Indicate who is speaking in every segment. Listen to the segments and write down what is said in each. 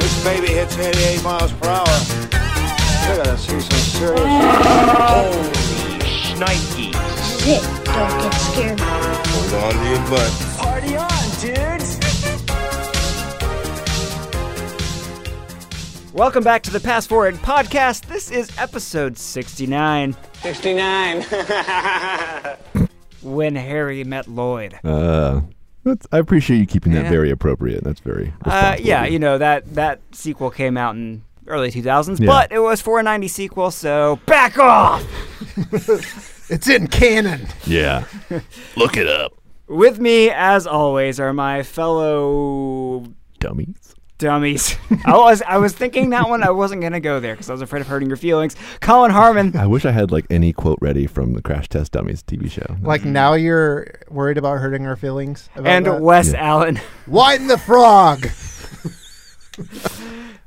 Speaker 1: This baby hits 88 miles per hour. You're gonna see some serious. Oh,
Speaker 2: Nike.
Speaker 3: Sit. Don't get scared.
Speaker 4: Hold on to your butt.
Speaker 2: Party on, dudes! Welcome back to the Pass Forward Podcast. This is episode 69
Speaker 5: 69.
Speaker 2: When Harry Met Lloyd.
Speaker 6: Uh, that's, I appreciate you keeping that
Speaker 2: Yeah.
Speaker 6: very appropriate. That's very.
Speaker 2: Uh,
Speaker 6: responsible
Speaker 2: yeah,
Speaker 6: of
Speaker 2: you know, that, that sequel came out in early 2000s,
Speaker 6: Yeah.
Speaker 2: but it was for a 90 sequel, so back off!
Speaker 7: It's in canon.
Speaker 6: Yeah. Look it up,
Speaker 2: With me, as always, are my fellow
Speaker 6: dummies.
Speaker 2: dummies. I was I was thinking that one I wasn't gonna go there because I was afraid of hurting your feelings. Colin Harmon.
Speaker 6: I wish I had like any quote ready from the Crash Test Dummies TV show.
Speaker 7: Like now you're worried about hurting our feelings. About
Speaker 2: Mm-hmm. And
Speaker 7: that?
Speaker 2: Wes Allen.
Speaker 7: Whiten the frog.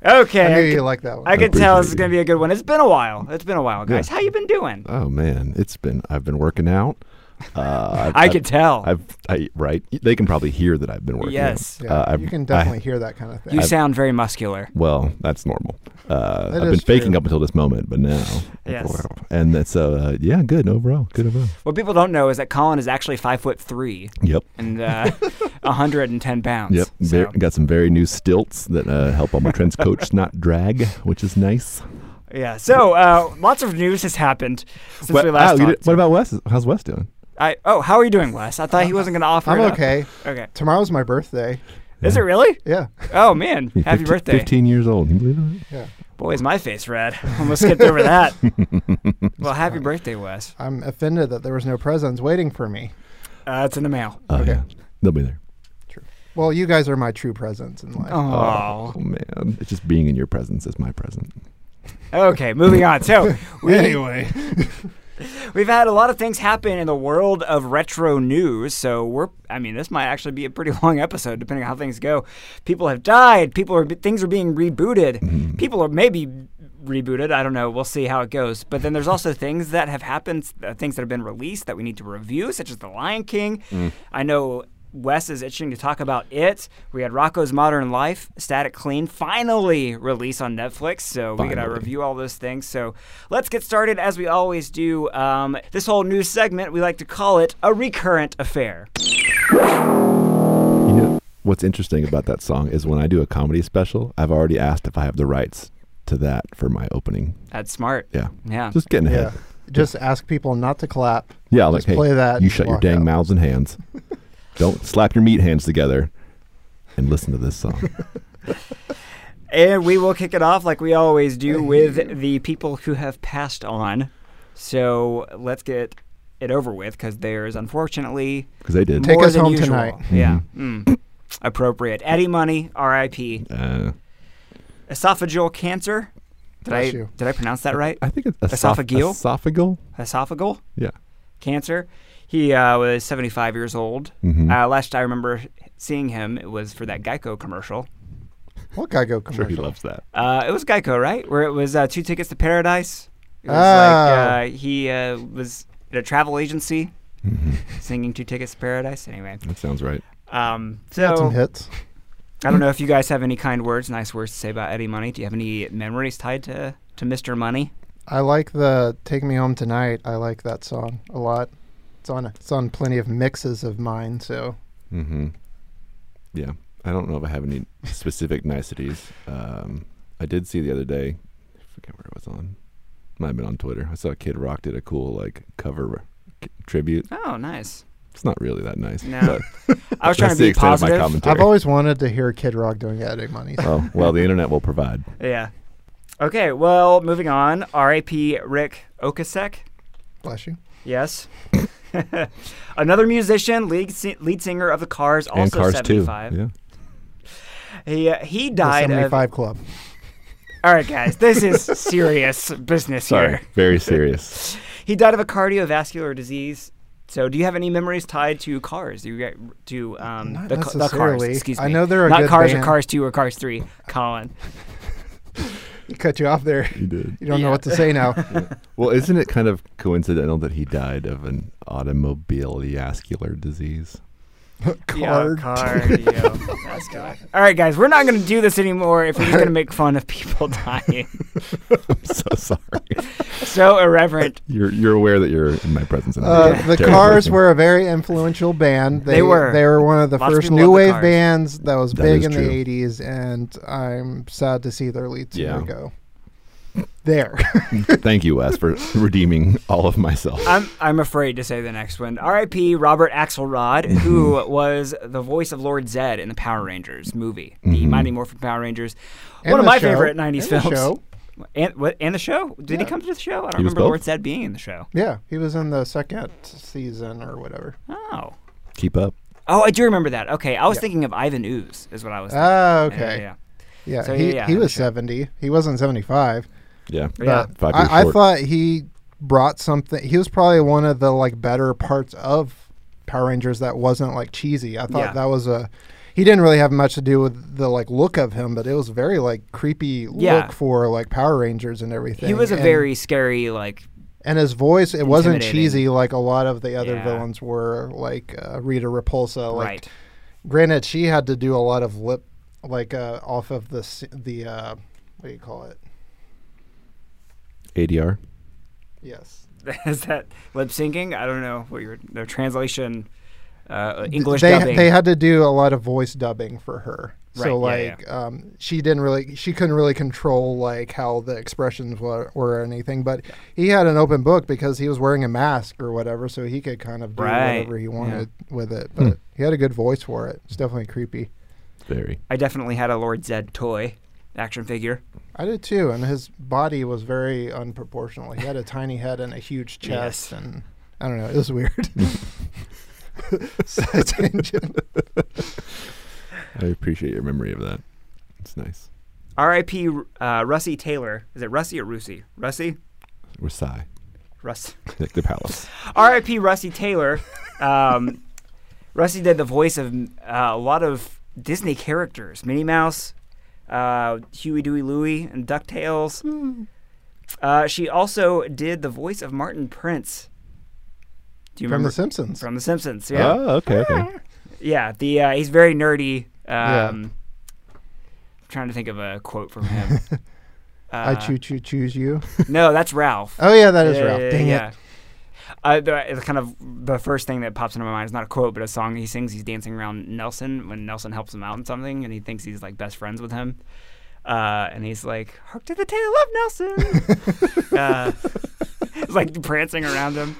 Speaker 2: Okay,
Speaker 7: I
Speaker 2: I
Speaker 7: knew
Speaker 2: c-
Speaker 7: you like that one.
Speaker 2: I can tell this is
Speaker 6: Appreciate
Speaker 2: gonna
Speaker 6: you.
Speaker 2: be a good one. It's been a while. It's been a while, guys.
Speaker 6: Yeah.
Speaker 2: How you been doing?
Speaker 6: oh man, it's been I've been working out. Uh, I've,
Speaker 2: I could tell.
Speaker 6: I've, I right. They can probably hear that I've been working. out.
Speaker 2: Yes.
Speaker 7: Yeah,
Speaker 6: Uh, I've-
Speaker 7: you
Speaker 6: I-
Speaker 7: can definitely hear that kind of thing.
Speaker 2: you sound very muscular.
Speaker 6: Well, that's normal. Uh, I've
Speaker 7: That
Speaker 6: been
Speaker 7: is true.
Speaker 6: faking up until this moment, but now.
Speaker 2: Yes.
Speaker 6: And that's uh, yeah, good overall. Good overall.
Speaker 2: What people don't know is that Colin is actually five foot three
Speaker 6: Yep.
Speaker 2: and uh, 110 pounds.
Speaker 6: Yep,
Speaker 2: So,
Speaker 6: Ver- got some very new stilts that uh, help all my trench coats not drag, which is nice.
Speaker 2: yeah. So uh, lots of news has happened since
Speaker 6: What-
Speaker 2: we last
Speaker 6: oh, you
Speaker 2: talked.
Speaker 6: did- what about Wes? How's Wes doing?
Speaker 2: I, oh, how are you doing, Wes? I thought he wasn't gonna offer.
Speaker 7: I'm
Speaker 2: it up.
Speaker 7: okay.
Speaker 2: Okay.
Speaker 7: Tomorrow's my birthday.
Speaker 2: Is it really?
Speaker 7: Yeah.
Speaker 2: Oh man,
Speaker 6: He's
Speaker 2: happy
Speaker 6: 15
Speaker 2: birthday.
Speaker 6: Fifteen years old. Can you believe it?
Speaker 2: Boy, is my face red. Almost skipped over that. well, happy birthday, Wes.
Speaker 7: I'm offended that there was no presents waiting for me.
Speaker 2: Uh, it's in the mail.
Speaker 6: Oh,
Speaker 7: Okay.
Speaker 6: yeah. They'll be there.
Speaker 7: Well, you guys are my true presents in life.
Speaker 2: Oh.
Speaker 6: man, it's just being in your presence is my present.
Speaker 2: Okay, moving on. So, we,
Speaker 7: Anyway,
Speaker 2: we've had a lot of things happen in the world of retro news. So, we're, I mean, this might actually be a pretty long episode, depending on how things go. People have died. People are, things are being rebooted. People are maybe rebooted. I don't know. We'll see how it goes. But then there's also things that have happened, uh, things that have been released that we need to review, such as The Lion King. I know Wes is itching to talk about it. We had Rocco's Modern Life, Static Clean, finally release on Netflix. So we gotta
Speaker 6: Finally.
Speaker 2: review all those things. So let's get started as we always do. Um, this whole news segment we like to call it a recurrent affair.
Speaker 6: You know what's interesting about that song is when I do a comedy special, I've already asked if I have the rights to that for my opening.
Speaker 2: That's smart.
Speaker 6: Yeah,
Speaker 2: Yeah.
Speaker 6: just getting
Speaker 7: yeah.
Speaker 6: ahead.
Speaker 7: Just ask people not to clap.
Speaker 6: Yeah, like
Speaker 7: Just
Speaker 6: hey,
Speaker 7: play that
Speaker 6: you
Speaker 7: and
Speaker 6: shut your
Speaker 7: walk
Speaker 6: dang
Speaker 7: out.
Speaker 6: mouths and hands. Don't slap your meat hands together, and listen to this song.
Speaker 2: And we will kick it off like we always do with the people who have passed on. So let's get it over with because there's unfortunately
Speaker 6: because they did.
Speaker 7: Take
Speaker 2: more
Speaker 7: us
Speaker 2: than
Speaker 7: home
Speaker 2: usual.
Speaker 7: tonight. Mm-hmm.
Speaker 2: Yeah. Mm. Appropriate. Eddie Money, R.I.P.
Speaker 6: uh,
Speaker 2: Esophageal cancer. Did I
Speaker 7: Bless you.
Speaker 2: did I pronounce that right?
Speaker 6: I think it's
Speaker 2: Esophageal?
Speaker 6: Esophageal.
Speaker 2: Esophageal
Speaker 6: Yeah.
Speaker 2: cancer. He uh, was 75 years old.
Speaker 6: Mhm.
Speaker 2: Uh, last I remember seeing him, it was for that Geico commercial.
Speaker 7: What guy go commercial?
Speaker 6: Sure, he loves that.
Speaker 2: Uh, it was Geico, right? Where it was uh, two tickets to paradise. It was
Speaker 7: Ah.
Speaker 2: like uh, he uh, was at a travel agency Mm-hmm. singing two tickets to paradise. Anyway,
Speaker 6: That sounds right.
Speaker 2: um,
Speaker 7: Had some
Speaker 2: so
Speaker 7: hits.
Speaker 2: I don't know if you guys have any kind words, nice words to say about Eddie Money. Do you have any memories tied to, to Mr. Money?
Speaker 7: I like the "Take Me Home Tonight." I like that song a lot. It's on it's on plenty of mixes of mine. So
Speaker 6: Mm-hmm. Yeah. I don't know if I have any specific niceties. Um, I did see the other day. I forget where it was on. Might have been on Twitter. I saw a kid rock did a cool like cover k- tribute.
Speaker 2: Oh, nice.
Speaker 6: It's not really that nice.
Speaker 2: No.
Speaker 6: but
Speaker 2: I was trying
Speaker 6: that's
Speaker 2: to
Speaker 6: the
Speaker 2: be
Speaker 6: extent
Speaker 2: positive.
Speaker 6: of my commentary.
Speaker 7: I've always wanted to hear Kid Rock doing Eddie Money.
Speaker 2: Uh,
Speaker 7: So.
Speaker 6: oh well, the internet will provide.
Speaker 2: Yeah. Okay, well, moving on. R.A.P. Rick Okasek.
Speaker 7: Bless you.
Speaker 2: Yes. Another musician, lead, si- lead singer of the Cars, also
Speaker 6: and Cars
Speaker 2: 75.
Speaker 6: too. Yeah.
Speaker 2: He uh, he
Speaker 7: The
Speaker 2: died. Of,
Speaker 7: 75 Club.
Speaker 2: all right, guys, this is serious business
Speaker 6: Sorry.
Speaker 2: here.
Speaker 6: Very serious.
Speaker 2: He died of a cardiovascular disease. So, do you have any memories tied to Cars? Do you get to um,
Speaker 7: Not
Speaker 2: the, ca- the Cars?
Speaker 7: necessarily.
Speaker 2: Excuse me.
Speaker 7: I know they're a
Speaker 2: not
Speaker 7: good
Speaker 2: Cars or
Speaker 7: band.
Speaker 2: Cars Two or Cars Three. Colin.
Speaker 7: Cut you off there.
Speaker 6: He did.
Speaker 7: You don't
Speaker 2: Yeah.
Speaker 7: know what to say now.
Speaker 6: Well, isn't it kind of coincidental that he died of an automobileascular disease?
Speaker 2: Yeah,
Speaker 7: Card.
Speaker 2: cardio. That's good. All right, guys, we're not going to do this anymore if we're just going to make fun of people dying.
Speaker 6: I'm so sorry.
Speaker 2: so irreverent.
Speaker 6: You're you're aware that you're in my presence. and
Speaker 7: Uh,
Speaker 6: I'm
Speaker 7: the
Speaker 6: terribly
Speaker 7: Cars
Speaker 6: sorry.
Speaker 7: were a very influential band. They,
Speaker 2: were.
Speaker 7: They were one of the
Speaker 2: Lots of
Speaker 7: first
Speaker 2: people
Speaker 7: new
Speaker 2: loved the
Speaker 7: wave
Speaker 2: Cars.
Speaker 7: bands that was
Speaker 6: That
Speaker 7: big
Speaker 6: is
Speaker 7: in
Speaker 6: true.
Speaker 7: the '80s, and I'm sad to see their lead singer
Speaker 6: Yeah.
Speaker 7: go. There.
Speaker 6: Thank you, Wes, for redeeming all of myself.
Speaker 2: I'm I'm afraid to say the next one. R.I.P. Robert Axelrod,
Speaker 7: Mm-hmm.
Speaker 2: who was the voice of Lord Zed in the Power Rangers movie, the Mighty Morphin Power Rangers.
Speaker 7: Mm-hmm. And
Speaker 2: one of
Speaker 7: the
Speaker 2: my
Speaker 7: show.
Speaker 2: favorite '90s
Speaker 7: And the
Speaker 2: films.
Speaker 7: show.
Speaker 2: And what? And the show? Did he
Speaker 7: Yeah.
Speaker 2: come to the show? I don't
Speaker 6: He was
Speaker 2: remember
Speaker 6: both.
Speaker 2: Lord Zed being in the show.
Speaker 7: Yeah, he was in the second season or whatever.
Speaker 2: Oh.
Speaker 6: Keep up.
Speaker 2: Oh, I do remember that. Okay, I was
Speaker 7: Yeah.
Speaker 2: thinking of Ivan Ooze, is what I was. thinking.
Speaker 7: Oh,
Speaker 2: Yeah,
Speaker 7: okay.
Speaker 2: yeah,
Speaker 7: Yeah,
Speaker 2: So,
Speaker 7: he,
Speaker 2: yeah, yeah,
Speaker 7: he
Speaker 2: I'm
Speaker 7: was
Speaker 2: sure.
Speaker 7: 70. He wasn't 75.
Speaker 6: Yeah.
Speaker 2: yeah. Yeah.
Speaker 7: But
Speaker 6: Five years
Speaker 7: I, I
Speaker 6: short.
Speaker 7: thought he brought something. He was probably one of the like better parts of Power Rangers that wasn't like cheesy. I thought
Speaker 2: Yeah.
Speaker 7: that was a. He didn't really have much to do with the like look of him, but it was very like creepy
Speaker 2: Yeah.
Speaker 7: look for like Power Rangers and everything.
Speaker 2: He was a
Speaker 7: and,
Speaker 2: very scary, like
Speaker 7: and his voice it wasn't
Speaker 2: intimidating.
Speaker 7: cheesy like a lot of the other
Speaker 2: Yeah.
Speaker 7: villains were like uh, Rita Repulsa. Like,
Speaker 2: right.
Speaker 7: Granted, she had to do a lot of lip, like uh, off of the s- the uh, what do you call it?
Speaker 6: ADR.
Speaker 7: Yes,
Speaker 2: is that lip syncing? I don't know what your their translation, uh, English
Speaker 7: they
Speaker 2: dubbing.
Speaker 7: they had to do a lot of voice dubbing for her.
Speaker 2: Right,
Speaker 7: so
Speaker 2: yeah,
Speaker 7: like Um, she didn't really she couldn't really control like how the expressions were, were or anything. But he had an open book because he was wearing a mask or whatever, so he could kind of do
Speaker 2: Right,
Speaker 7: whatever he
Speaker 2: yeah. Hmm.
Speaker 7: wanted with it. But he had a good voice for it. It's definitely creepy.
Speaker 6: Very.
Speaker 2: I definitely had a Lord Zed toy action figure.
Speaker 7: I did too, and his body was very unproportional. He had a tiny head and a huge chest,
Speaker 2: Yes.
Speaker 7: and I don't know, it was weird. Side tangent.
Speaker 6: I appreciate your memory of that. It's nice.
Speaker 2: R.I.P. Uh, Russie Taylor. Is it Russie or Russie? Russie.
Speaker 6: We're sigh.
Speaker 2: Russ.
Speaker 6: Like the palace.
Speaker 2: R.I.P. Russie Taylor. Um, Russie did the voice of uh, a lot of Disney characters: Minnie Mouse, uh, Huey, Dewey, Louie, and Ducktales.
Speaker 7: Hmm.
Speaker 2: Uh, she also did the voice of Martin Prince. Do you
Speaker 7: from
Speaker 2: remember
Speaker 7: The Simpsons.
Speaker 2: from The Simpsons? Yeah.
Speaker 6: Oh, okay, okay.
Speaker 2: Yeah, the uh, he's very nerdy. Um,
Speaker 7: Yeah.
Speaker 2: I'm trying to think of a quote from him. uh,
Speaker 7: I choo choo choose you.
Speaker 2: No, that's Ralph.
Speaker 7: Oh yeah, that is Ralph. Dang it.
Speaker 2: Uh, the, it's kind of the first thing that pops into my mind is not a quote, but a song he sings. He's dancing around Nelson when Nelson helps him out in something, and he thinks he's like best friends with him. Uh, and he's like, "Hark to the tale of Nelson." uh, it's like prancing around him.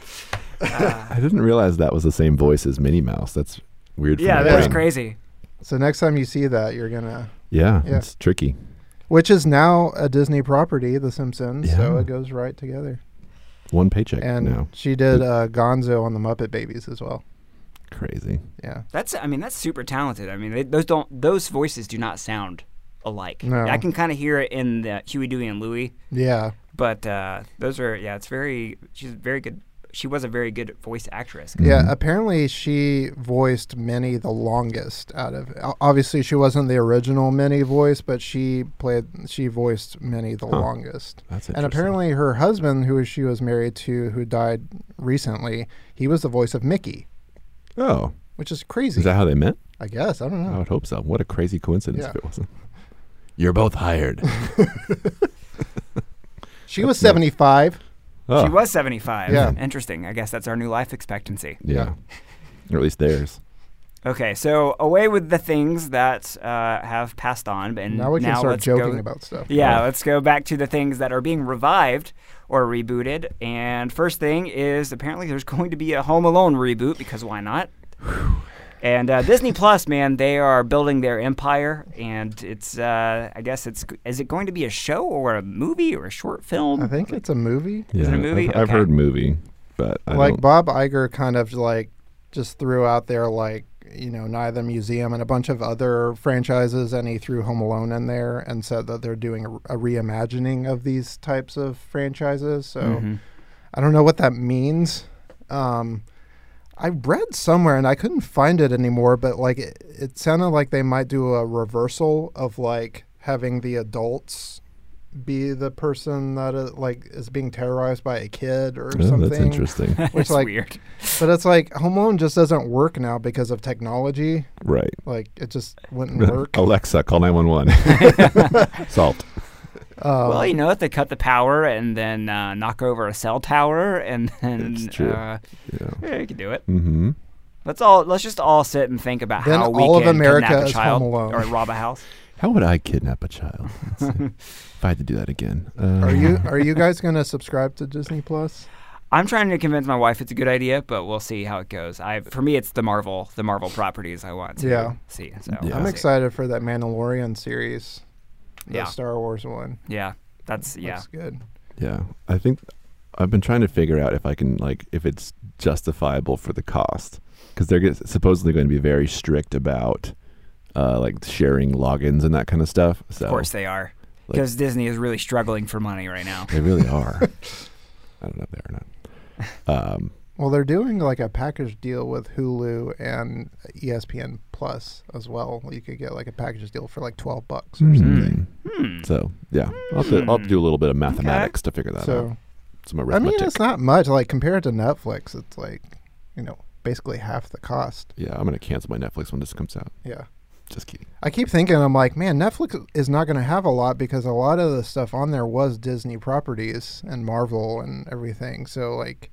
Speaker 2: Uh,
Speaker 6: I didn't realize that was the same voice as Minnie Mouse. That's weird. for
Speaker 2: Yeah,
Speaker 6: my
Speaker 2: that was
Speaker 6: brain.
Speaker 2: crazy.
Speaker 7: So next time you see that, you're gonna,
Speaker 6: Yeah,
Speaker 7: Yeah.
Speaker 6: it's tricky.
Speaker 7: which is now a Disney property, The Simpsons. So
Speaker 6: Yeah.
Speaker 7: it goes right together.
Speaker 6: One paycheck
Speaker 7: And
Speaker 6: now.
Speaker 7: she did uh, Gonzo on the Muppet Babies as well.
Speaker 6: Crazy.
Speaker 7: Yeah.
Speaker 2: That's I mean that's super talented. I mean they, those don't those voices do not sound alike.
Speaker 7: No.
Speaker 2: I can kind of hear it in the Huey Dewey and Louie,
Speaker 7: Yeah.
Speaker 2: but uh, those are yeah. It's very she's very good. She was a very good voice actress.
Speaker 6: Mm-hmm.
Speaker 7: Yeah, apparently she voiced Minnie the longest out of. o- Obviously, she wasn't the original Minnie voice, but she played. She voiced Minnie the longest.
Speaker 6: That's
Speaker 7: And
Speaker 6: interesting.
Speaker 7: apparently, her husband, who she was married to, who died recently, he was the voice of Mickey,
Speaker 6: Oh,
Speaker 7: which is crazy.
Speaker 6: is that how they met?
Speaker 7: I guess I don't
Speaker 6: I
Speaker 7: know.
Speaker 6: would hope so. What a crazy coincidence
Speaker 7: Yeah.
Speaker 6: if it wasn't. You're both hired.
Speaker 7: She was seventy-five.
Speaker 6: Oh,
Speaker 2: She was 75.
Speaker 7: Yeah.
Speaker 2: Interesting. I guess that's our new life expectancy.
Speaker 6: Yeah. Or at least theirs.
Speaker 2: Okay, so away with the things that uh, have passed on, and
Speaker 7: Now we can start
Speaker 2: let's go-
Speaker 7: joking about stuff.
Speaker 2: Yeah, let's go back to the things that are being revived or rebooted. And first thing is apparently there's going to be a Home Alone reboot because why not? And uh, Disney Plus, man, they are building their empire, and it's uh, I guess it's is it going to be a show or a movie or a short film?
Speaker 7: I think it's a movie.
Speaker 6: Yeah.
Speaker 2: it a movie?
Speaker 6: I've, I've
Speaker 2: Okay.
Speaker 6: heard movie, but I
Speaker 7: like
Speaker 6: don't-
Speaker 7: Bob Iger kind of like just threw out there like you know Nye the Museum and a bunch of other franchises, and he threw Home Alone in there and said that they're doing a, a reimagining of these types of franchises. So
Speaker 6: Mm-hmm.
Speaker 7: I don't know what that means. Um, I read somewhere and I couldn't find it anymore, but like it, it sounded like they might do a reversal of like having the adults be the person that uh, like is being terrorized by a kid or
Speaker 6: Oh,
Speaker 7: something.
Speaker 6: that's interesting.
Speaker 7: Which
Speaker 2: It's
Speaker 7: like,
Speaker 2: weird.
Speaker 7: but it's like Home Alone just doesn't work now because of technology.
Speaker 6: right.
Speaker 7: Like it just wouldn't
Speaker 6: Oh.
Speaker 7: work.
Speaker 6: Alexa, call 911. Salt.
Speaker 7: uh,
Speaker 2: well, you know, if they cut the power and then uh, knock over a cell tower, and then
Speaker 6: It's true.
Speaker 2: Uh,
Speaker 6: Yeah.
Speaker 2: yeah, you can do it.
Speaker 6: Mm-hmm.
Speaker 2: Let's all let's just all sit and think about
Speaker 7: Then
Speaker 2: how we
Speaker 7: all of
Speaker 2: can
Speaker 7: America
Speaker 2: kidnap a
Speaker 7: is
Speaker 2: child
Speaker 7: Home Alone.
Speaker 2: or rob a house.
Speaker 6: How would I kidnap a child? Let's see. if I had to do that again. Um,
Speaker 7: Are you are you guys gonna subscribe to Disney Plus?
Speaker 2: I'm trying to convince my wife it's a good idea, but we'll see how it goes. I for me, it's the Marvel the Marvel properties I want to
Speaker 7: Yeah.
Speaker 2: see. So
Speaker 6: Yeah.
Speaker 2: we'll
Speaker 7: I'm
Speaker 2: see.
Speaker 7: excited for that Mandalorian series, the
Speaker 2: Yeah.
Speaker 7: Star Wars one.
Speaker 2: Yeah, that's yeah.
Speaker 7: Looks good.
Speaker 6: Yeah, I think I've been trying to figure out if I can like if it's justifiable for the cost because they're get- supposedly going to be very strict about uh, like sharing logins and that kind of stuff. So
Speaker 2: Of course they are,
Speaker 6: Like-
Speaker 2: because Disney is really struggling for money right now.
Speaker 6: they really are. I don't know if they are or not. Um,
Speaker 7: Well, they're doing like a package deal with Hulu and E ESPN Plus as well. You could get like a package deal for like twelve bucks
Speaker 6: Hmm.
Speaker 7: or something.
Speaker 6: So yeah, I'll have, to, I'll have to do a little bit of mathematics to figure that out.
Speaker 7: So
Speaker 6: Some
Speaker 7: I mean,
Speaker 6: arithmetic.
Speaker 7: it's not much. Like compared to Netflix, it's like you know basically half the cost.
Speaker 6: yeah, I'm gonna cancel my Netflix when this comes out.
Speaker 7: Yeah.
Speaker 6: Just kidding.
Speaker 7: I keep thinking, I'm like, man, Netflix is not going to have a lot because a lot of the stuff on there was Disney properties and Marvel and everything. So, like,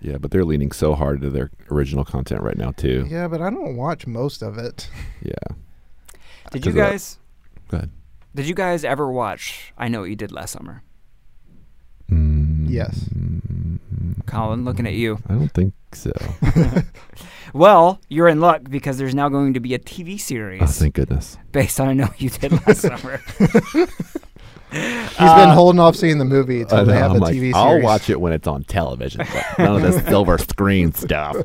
Speaker 6: Yeah, but they're leaning so hard to their original content right now too.
Speaker 7: yeah, but I don't watch most of it.
Speaker 6: Yeah.
Speaker 2: Did you
Speaker 6: Because of that.
Speaker 2: guys?
Speaker 6: Go ahead.
Speaker 2: Did you guys ever watch? I know what you did last summer.
Speaker 7: yes.
Speaker 2: Colin, looking at you.
Speaker 6: Mm, I don't think so.
Speaker 2: Well, you're in luck because there's now going to be a TV series
Speaker 6: Oh, thank goodness.
Speaker 2: based on I know what you did last summer.
Speaker 7: he's
Speaker 2: Uh,
Speaker 7: been holding off seeing the movie until they have a TV series.
Speaker 6: I'll watch it when it's on television. But none of this silver screen stuff.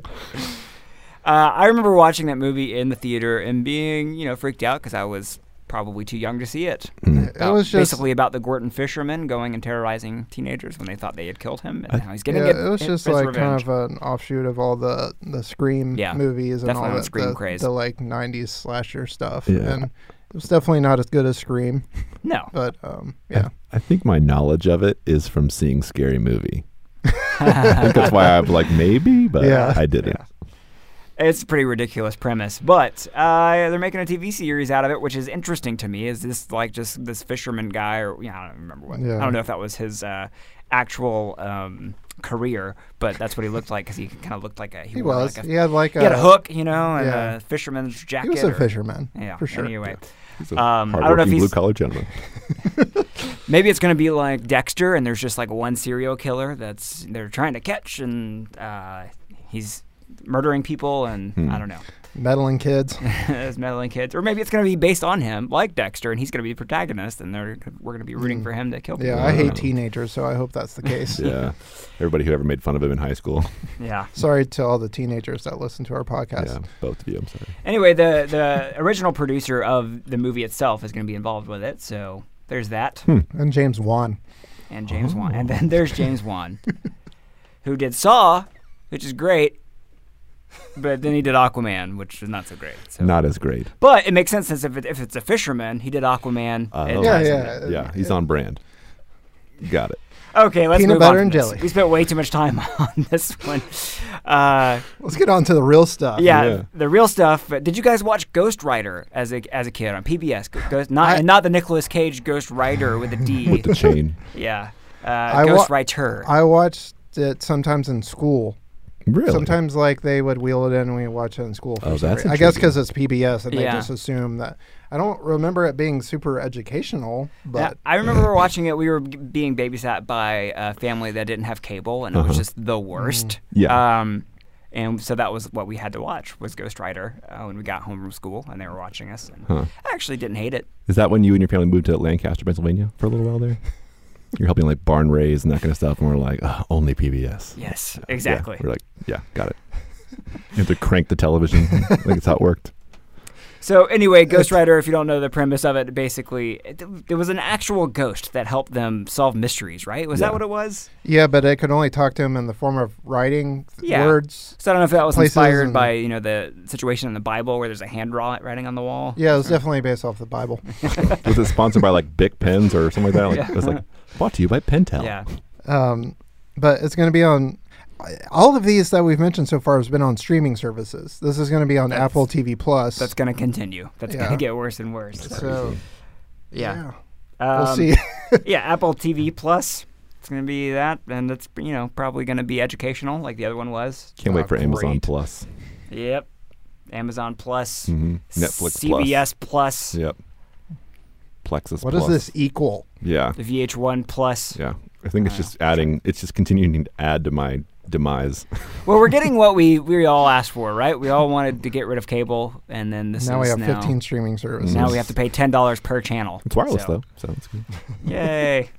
Speaker 2: Uh, I remember watching that movie in the theater and being, you know, freaked out because I was probably too young to see it.
Speaker 7: It Mm. was just.
Speaker 2: basically about the Gorton fisherman going and terrorizing teenagers when they thought they had killed him, and now he's getting
Speaker 7: yeah,
Speaker 2: it.
Speaker 7: it was
Speaker 2: his
Speaker 7: just like
Speaker 2: revenge.
Speaker 7: kind of an offshoot of all the the Scream
Speaker 2: Yeah,
Speaker 7: movies and all
Speaker 2: definitely on
Speaker 7: that
Speaker 2: Scream
Speaker 7: the,
Speaker 2: craze.
Speaker 7: the like '90s slasher stuff.
Speaker 6: Yeah.
Speaker 7: And it was definitely not as good as Scream,
Speaker 2: no.
Speaker 7: but um, yeah,
Speaker 6: I think my knowledge of it is from seeing Scary Movie. I think that's why I'm like maybe, but
Speaker 7: Yeah.
Speaker 6: I didn't.
Speaker 2: It's a pretty ridiculous premise, but uh, they're making a TV series out of it, which is interesting to me. Is this like just this fisherman guy, or you know, I don't remember what?
Speaker 7: Yeah.
Speaker 2: I don't know if that was his uh, actual um, career, but that's what he looked like because he kind of looked like a he,
Speaker 7: he
Speaker 2: wore,
Speaker 7: was.
Speaker 2: Like a,
Speaker 7: he had like
Speaker 2: he had a hook, you know, and
Speaker 7: Uh, Yeah.
Speaker 2: a fisherman's jacket.
Speaker 7: He was a
Speaker 2: or-
Speaker 7: fisherman,
Speaker 2: Yeah,
Speaker 7: for sure.
Speaker 2: Anyway,
Speaker 6: He's a
Speaker 2: Um, I don't know if
Speaker 6: hardworking
Speaker 2: he's-
Speaker 6: blue collar gentleman.
Speaker 2: Maybe it's going to be like Dexter, and there's just like one serial killer that's they're trying to catch, and uh, he's murdering people, and
Speaker 7: Hmm.
Speaker 2: I don't know,
Speaker 7: meddling kids.
Speaker 2: as meddling kids. Or maybe it's going to be based on him, like Dexter, and he's going to be the protagonist, and they're we're going to be rooting for him to kill.
Speaker 7: Hmm. Yeah,
Speaker 2: people.
Speaker 7: I
Speaker 6: Wow.
Speaker 7: hate teenagers, so I hope that's the case.
Speaker 6: Yeah, everybody who ever made fun of him in high school.
Speaker 2: yeah.
Speaker 7: Sorry to all the teenagers that listen to our podcast.
Speaker 6: Yeah, both of you. I'm sorry.
Speaker 2: Anyway, the the original producer of the movie itself is going to be involved with it, so there's that.
Speaker 7: And James Wan.
Speaker 2: and James Wan. And
Speaker 7: Oh.
Speaker 2: then there's James Wan, who did Saw, which is great, but then he did Aquaman, which is not so great. So.
Speaker 6: Not as great.
Speaker 2: But it makes sense since if, it, if it's a fisherman, he did Aquaman.
Speaker 6: Uh,
Speaker 2: It
Speaker 6: oh,
Speaker 7: Yeah,
Speaker 2: ties in.
Speaker 7: yeah.
Speaker 6: Yeah, he's on brand. Got it.
Speaker 2: Okay, let's
Speaker 7: Peanut
Speaker 2: move
Speaker 7: butter
Speaker 2: on
Speaker 7: and
Speaker 2: from this.
Speaker 7: jelly.
Speaker 2: We spent way too much time on this one. Uh,
Speaker 7: Let's get on to the real stuff.
Speaker 2: yeah,
Speaker 6: Yeah.
Speaker 2: the real stuff. But did you guys watch Ghost Rider as a as a kid on PBS? Go- Ghost, not
Speaker 7: I-
Speaker 2: and not the Nicolas Cage Ghost Rider with a D.
Speaker 6: With the chain.
Speaker 2: yeah, uh,
Speaker 7: wa-
Speaker 2: Ghost Rider.
Speaker 7: I watched it sometimes in school.
Speaker 6: Really?
Speaker 7: Sometimes, like, they would wheel it in and we watch it in school. For
Speaker 6: Oh,
Speaker 7: some
Speaker 6: that's
Speaker 7: reason. I guess
Speaker 6: intriguing.
Speaker 7: because it's PBS and
Speaker 2: Yeah.
Speaker 7: they just assume that. I don't remember it being super educational,
Speaker 2: Yeah,
Speaker 7: but
Speaker 2: I remember watching it. We were g- being babysat by a family that didn't have cable, and it was just the worst.
Speaker 6: Yeah.
Speaker 2: Um, and so that was what we had to watch was Ghost Rider uh, when we got home from school, and they were watching us. And I actually didn't hate it.
Speaker 6: Is that when you and your family moved to Lancaster, Pennsylvania for a little while there? You're helping like barn raise and that kind of stuff, and we're like, "Ugh, only PBS. Yeah,
Speaker 2: Yes, exactly.
Speaker 6: we're like, yeah, got it. You have to crank the television. I think it's how it worked.
Speaker 2: So anyway, Ghost Rider, if you don't know the premise of it, basically it, it was an actual ghost that helped them solve mysteries, right? Was
Speaker 6: Yeah.
Speaker 2: that what it was?
Speaker 7: Yeah, but it could only talk to him in the form of writing th-
Speaker 2: Yeah.
Speaker 7: words.
Speaker 2: So I don't know if that was
Speaker 7: Places
Speaker 2: inspired
Speaker 7: and-
Speaker 2: by, you know, the situation in the Bible where there's a hand draw writing on the wall.
Speaker 7: Yeah, it was definitely based off the Bible.
Speaker 6: Was it sponsored by like Bic pens or something like that? Like, It was like brought to you by Pentel.
Speaker 2: Yeah.
Speaker 7: um, but it's going to be on all of these that we've mentioned so far has been on streaming services. This is going to be on Apple TV Plus.
Speaker 2: That's going to continue. That's going
Speaker 7: Yeah.
Speaker 2: to get worse and worse.
Speaker 7: so
Speaker 2: Yeah.
Speaker 7: we'll
Speaker 2: Um,
Speaker 7: see.
Speaker 2: yeah, Apple TV Plus. It's going to be that, and it's you know probably going to be educational, like the other one was.
Speaker 6: Can't wait for Amazon
Speaker 2: Oh, great.
Speaker 6: Plus.
Speaker 2: Yep, Amazon Plus,
Speaker 6: Mhm. Netflix
Speaker 2: CBS Plus,
Speaker 6: Yep. Plexus.
Speaker 7: what
Speaker 6: Plus.
Speaker 7: does this equal?
Speaker 6: Yeah.
Speaker 2: VH1 Plus.
Speaker 6: Yeah. I think it's just adding. It's just continuing to add to my demise.
Speaker 2: Well, we're getting what we we all asked for, right? We all wanted to get rid of cable, and then this
Speaker 7: now we
Speaker 2: is
Speaker 7: have
Speaker 2: now,
Speaker 7: 15 streaming services.
Speaker 2: Now we have to pay ten dollars per channel.
Speaker 6: Mm-hmm. It's wireless
Speaker 2: So-
Speaker 6: though, so it's good.
Speaker 2: Yay.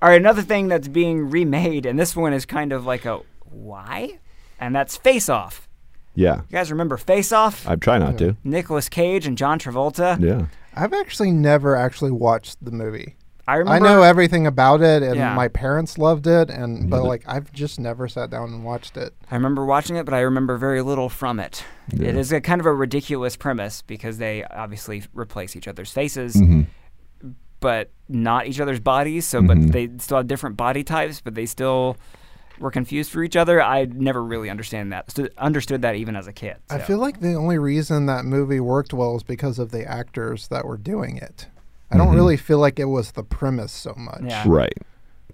Speaker 2: All right, another thing that's being remade, and this one is kind of like a why? And that's Face Off.
Speaker 6: Yeah.
Speaker 2: You guys remember Face Off?
Speaker 6: I try not to.
Speaker 2: Nicolas Cage and John Travolta.
Speaker 6: Yeah.
Speaker 7: I've actually never actually watched the movie.
Speaker 2: I remember.
Speaker 7: I know everything about it, and
Speaker 2: Yeah.
Speaker 7: my parents loved it, and but
Speaker 6: but-
Speaker 7: like I've just never sat down and watched it.
Speaker 2: I remember watching it, but I remember very little from it.
Speaker 6: Yeah.
Speaker 2: It is a kind of a ridiculous premise because they obviously replace each other's faces,
Speaker 6: Mm. Mm-hmm.
Speaker 2: but not each other's bodies. So, but they still have different body types, but they still were confused for each other. I never really understand that. stu- understood that even as a kid.
Speaker 7: I
Speaker 2: so.
Speaker 7: feel like the only reason that movie worked well is because of the actors that were doing it. I don't really feel like it was the premise so much.
Speaker 2: Mm-hmm. Yeah.
Speaker 6: Right.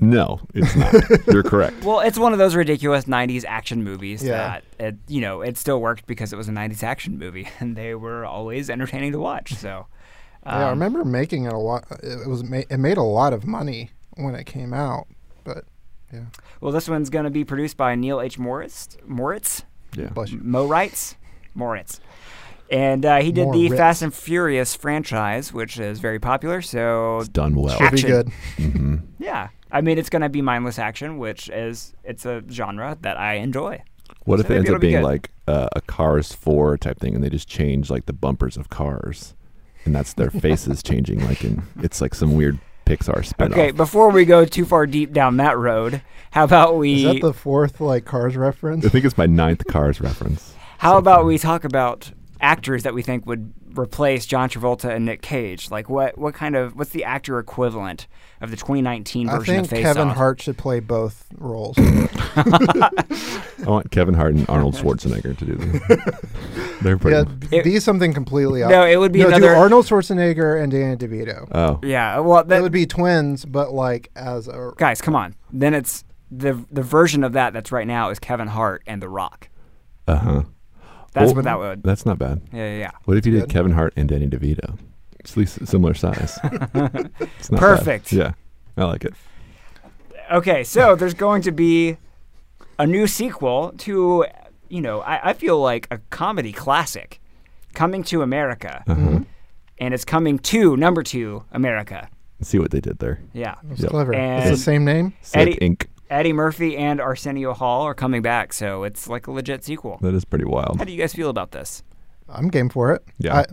Speaker 6: No, it's not. You're correct.
Speaker 2: Well, it's one of those ridiculous '90s action movies
Speaker 7: Yeah.
Speaker 2: that it, you know it still worked because it was a '90s action movie, and they were always entertaining to watch. So,
Speaker 7: yeah, I
Speaker 2: um,
Speaker 7: remember making it a lot. It was ma- it made a lot of money when it came out, but yeah,
Speaker 2: well, this one's going to be produced by Neil H. Moritz, Moritz,
Speaker 6: Yeah.
Speaker 7: bless
Speaker 2: Mm-hmm.
Speaker 7: you.
Speaker 2: Moritz, Moritz, and uh, he did the
Speaker 7: Moritz.
Speaker 2: Fast and Furious franchise, which is very popular. So,
Speaker 6: It's done well. Mm-hmm.
Speaker 2: Sure.
Speaker 7: Be
Speaker 2: Action.
Speaker 7: good.
Speaker 2: yeah, I mean, it's going to be mindless action, which is it's a genre that I enjoy.
Speaker 6: What if
Speaker 2: So
Speaker 6: it
Speaker 2: maybe
Speaker 6: ends
Speaker 2: it'll
Speaker 6: up
Speaker 2: be
Speaker 6: being
Speaker 2: good.
Speaker 6: like uh, a Cars 4 type thing and they just change like the bumpers of cars and that's their faces changing like in it's like some weird Pixar spin
Speaker 2: Okay, before we go too far deep down that road, how about
Speaker 7: Is
Speaker 2: we
Speaker 7: that the fourth like Cars reference?
Speaker 6: I think it's my ninth Cars reference.
Speaker 2: How about we talk about actors that we think would replace John Travolta and Nick Cage? Like what what kind of what's the actor equivalent of the 2019
Speaker 7: I
Speaker 2: version
Speaker 7: think
Speaker 2: of Face
Speaker 7: Kevin
Speaker 2: Off?
Speaker 7: Hart should play both roles.
Speaker 6: I want Kevin Hart and Arnold Schwarzenegger to do that. They're pretty.
Speaker 7: yeah,
Speaker 2: It-
Speaker 7: be something completely. Off.
Speaker 2: No, it would be
Speaker 7: no,
Speaker 2: another-
Speaker 7: do Arnold Schwarzenegger and Danny DeVito.
Speaker 6: Oh,
Speaker 2: Yeah, well
Speaker 7: it
Speaker 2: that
Speaker 7: would be twins, but like as a
Speaker 2: guys, come on. Then it's the the version of that that's right now is Kevin Hart and The Rock.
Speaker 6: uh huh.
Speaker 2: That's
Speaker 7: Oh.
Speaker 6: Well-
Speaker 2: what that would.
Speaker 6: That's not bad.
Speaker 2: Yeah, yeah, yeah.
Speaker 6: What if you did Kevin Hart and Danny DeVito? It's at least similar size. It's not bad.
Speaker 2: Perfect.
Speaker 6: Yeah, I like it.
Speaker 2: Okay, so there's going to be a new sequel to, you know, I, I feel like a comedy classic, Coming to America,
Speaker 7: Mm-hmm.
Speaker 2: and it's coming to number two America.
Speaker 6: See what they did there.
Speaker 2: Yeah,
Speaker 7: it's
Speaker 6: Yep.
Speaker 7: clever. it's
Speaker 2: And-
Speaker 7: the same name.
Speaker 6: Sip
Speaker 2: Eddie-
Speaker 6: Inc.
Speaker 2: Eddie Murphy and Arsenio Hall are coming back, so it's like a legit sequel.
Speaker 6: That is pretty wild.
Speaker 2: How do you guys feel about this?
Speaker 7: I'm game for it.
Speaker 6: Yeah.
Speaker 7: I,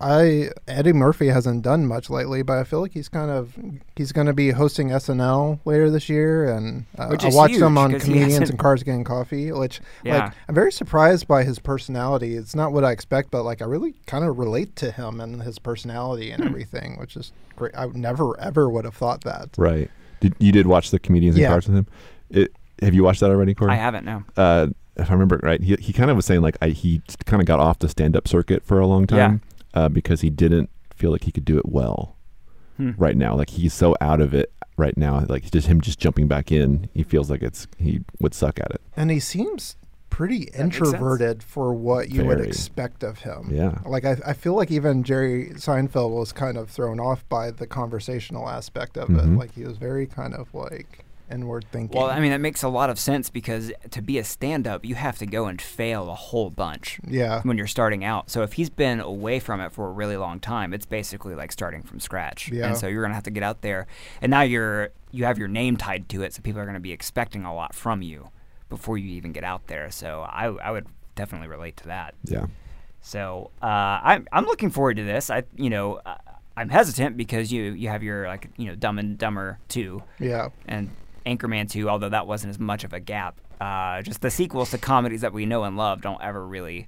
Speaker 7: I Eddie Murphy hasn't done much lately, but I feel like he's kind of he's going to be hosting SNL later this year, and uh,
Speaker 2: Which
Speaker 7: I
Speaker 2: is
Speaker 7: watched him
Speaker 2: huge,
Speaker 7: on
Speaker 2: 'cause he
Speaker 7: Comedians
Speaker 2: hasn't-
Speaker 7: and Cars Getting Coffee, which
Speaker 2: Yeah.
Speaker 7: like I'm very surprised by his personality. It's not what I expect, but like I really kind of relate to him and his personality
Speaker 2: Hmm.
Speaker 7: and everything, which is great. I would never ever would have thought that.
Speaker 6: Right. Did you did watch the comedians
Speaker 7: Yeah.
Speaker 6: in cars with him? It, have you watched that already, Corey?
Speaker 2: I haven't, no.
Speaker 6: Uh, if I remember right, he he kind of was saying like I, he kind of got off the stand up circuit for a long time uh, because he didn't feel like he could do it well
Speaker 2: Hmm.
Speaker 6: right now. Like he's so out of it right now. Like just him just jumping back in, he feels like it's he would suck at it.
Speaker 7: And he seems pretty
Speaker 2: makes sense.
Speaker 7: introverted for what you would
Speaker 6: Very.
Speaker 7: expect of him.
Speaker 6: Yeah.
Speaker 7: Like I, I feel like even Jerry Seinfeld was kind of thrown off by the conversational aspect of
Speaker 6: Mm-hmm.
Speaker 7: it. Like he was very kind of like inward thinking.
Speaker 2: Well, I mean, that makes a lot of sense because to be a stand up, you have to go and fail a whole bunch.
Speaker 7: yeah.
Speaker 2: when you're starting out. So if he's been away from it for a really long time, it's basically like starting from scratch.
Speaker 7: Yeah.
Speaker 2: And so you're gonna have to get out there, and now you're you have your name tied to it, so people are gonna be expecting a lot from you before you even get out there. So I I would definitely relate to that.
Speaker 6: Yeah.
Speaker 2: So uh, I'm I'm looking forward to this. I you know uh, I'm hesitant because you you have your like you know Dumb and Dumber two
Speaker 7: Yeah.
Speaker 2: and Anchorman two, although that wasn't as much of a gap. Uh, just the sequels to comedies that we know and love don't ever really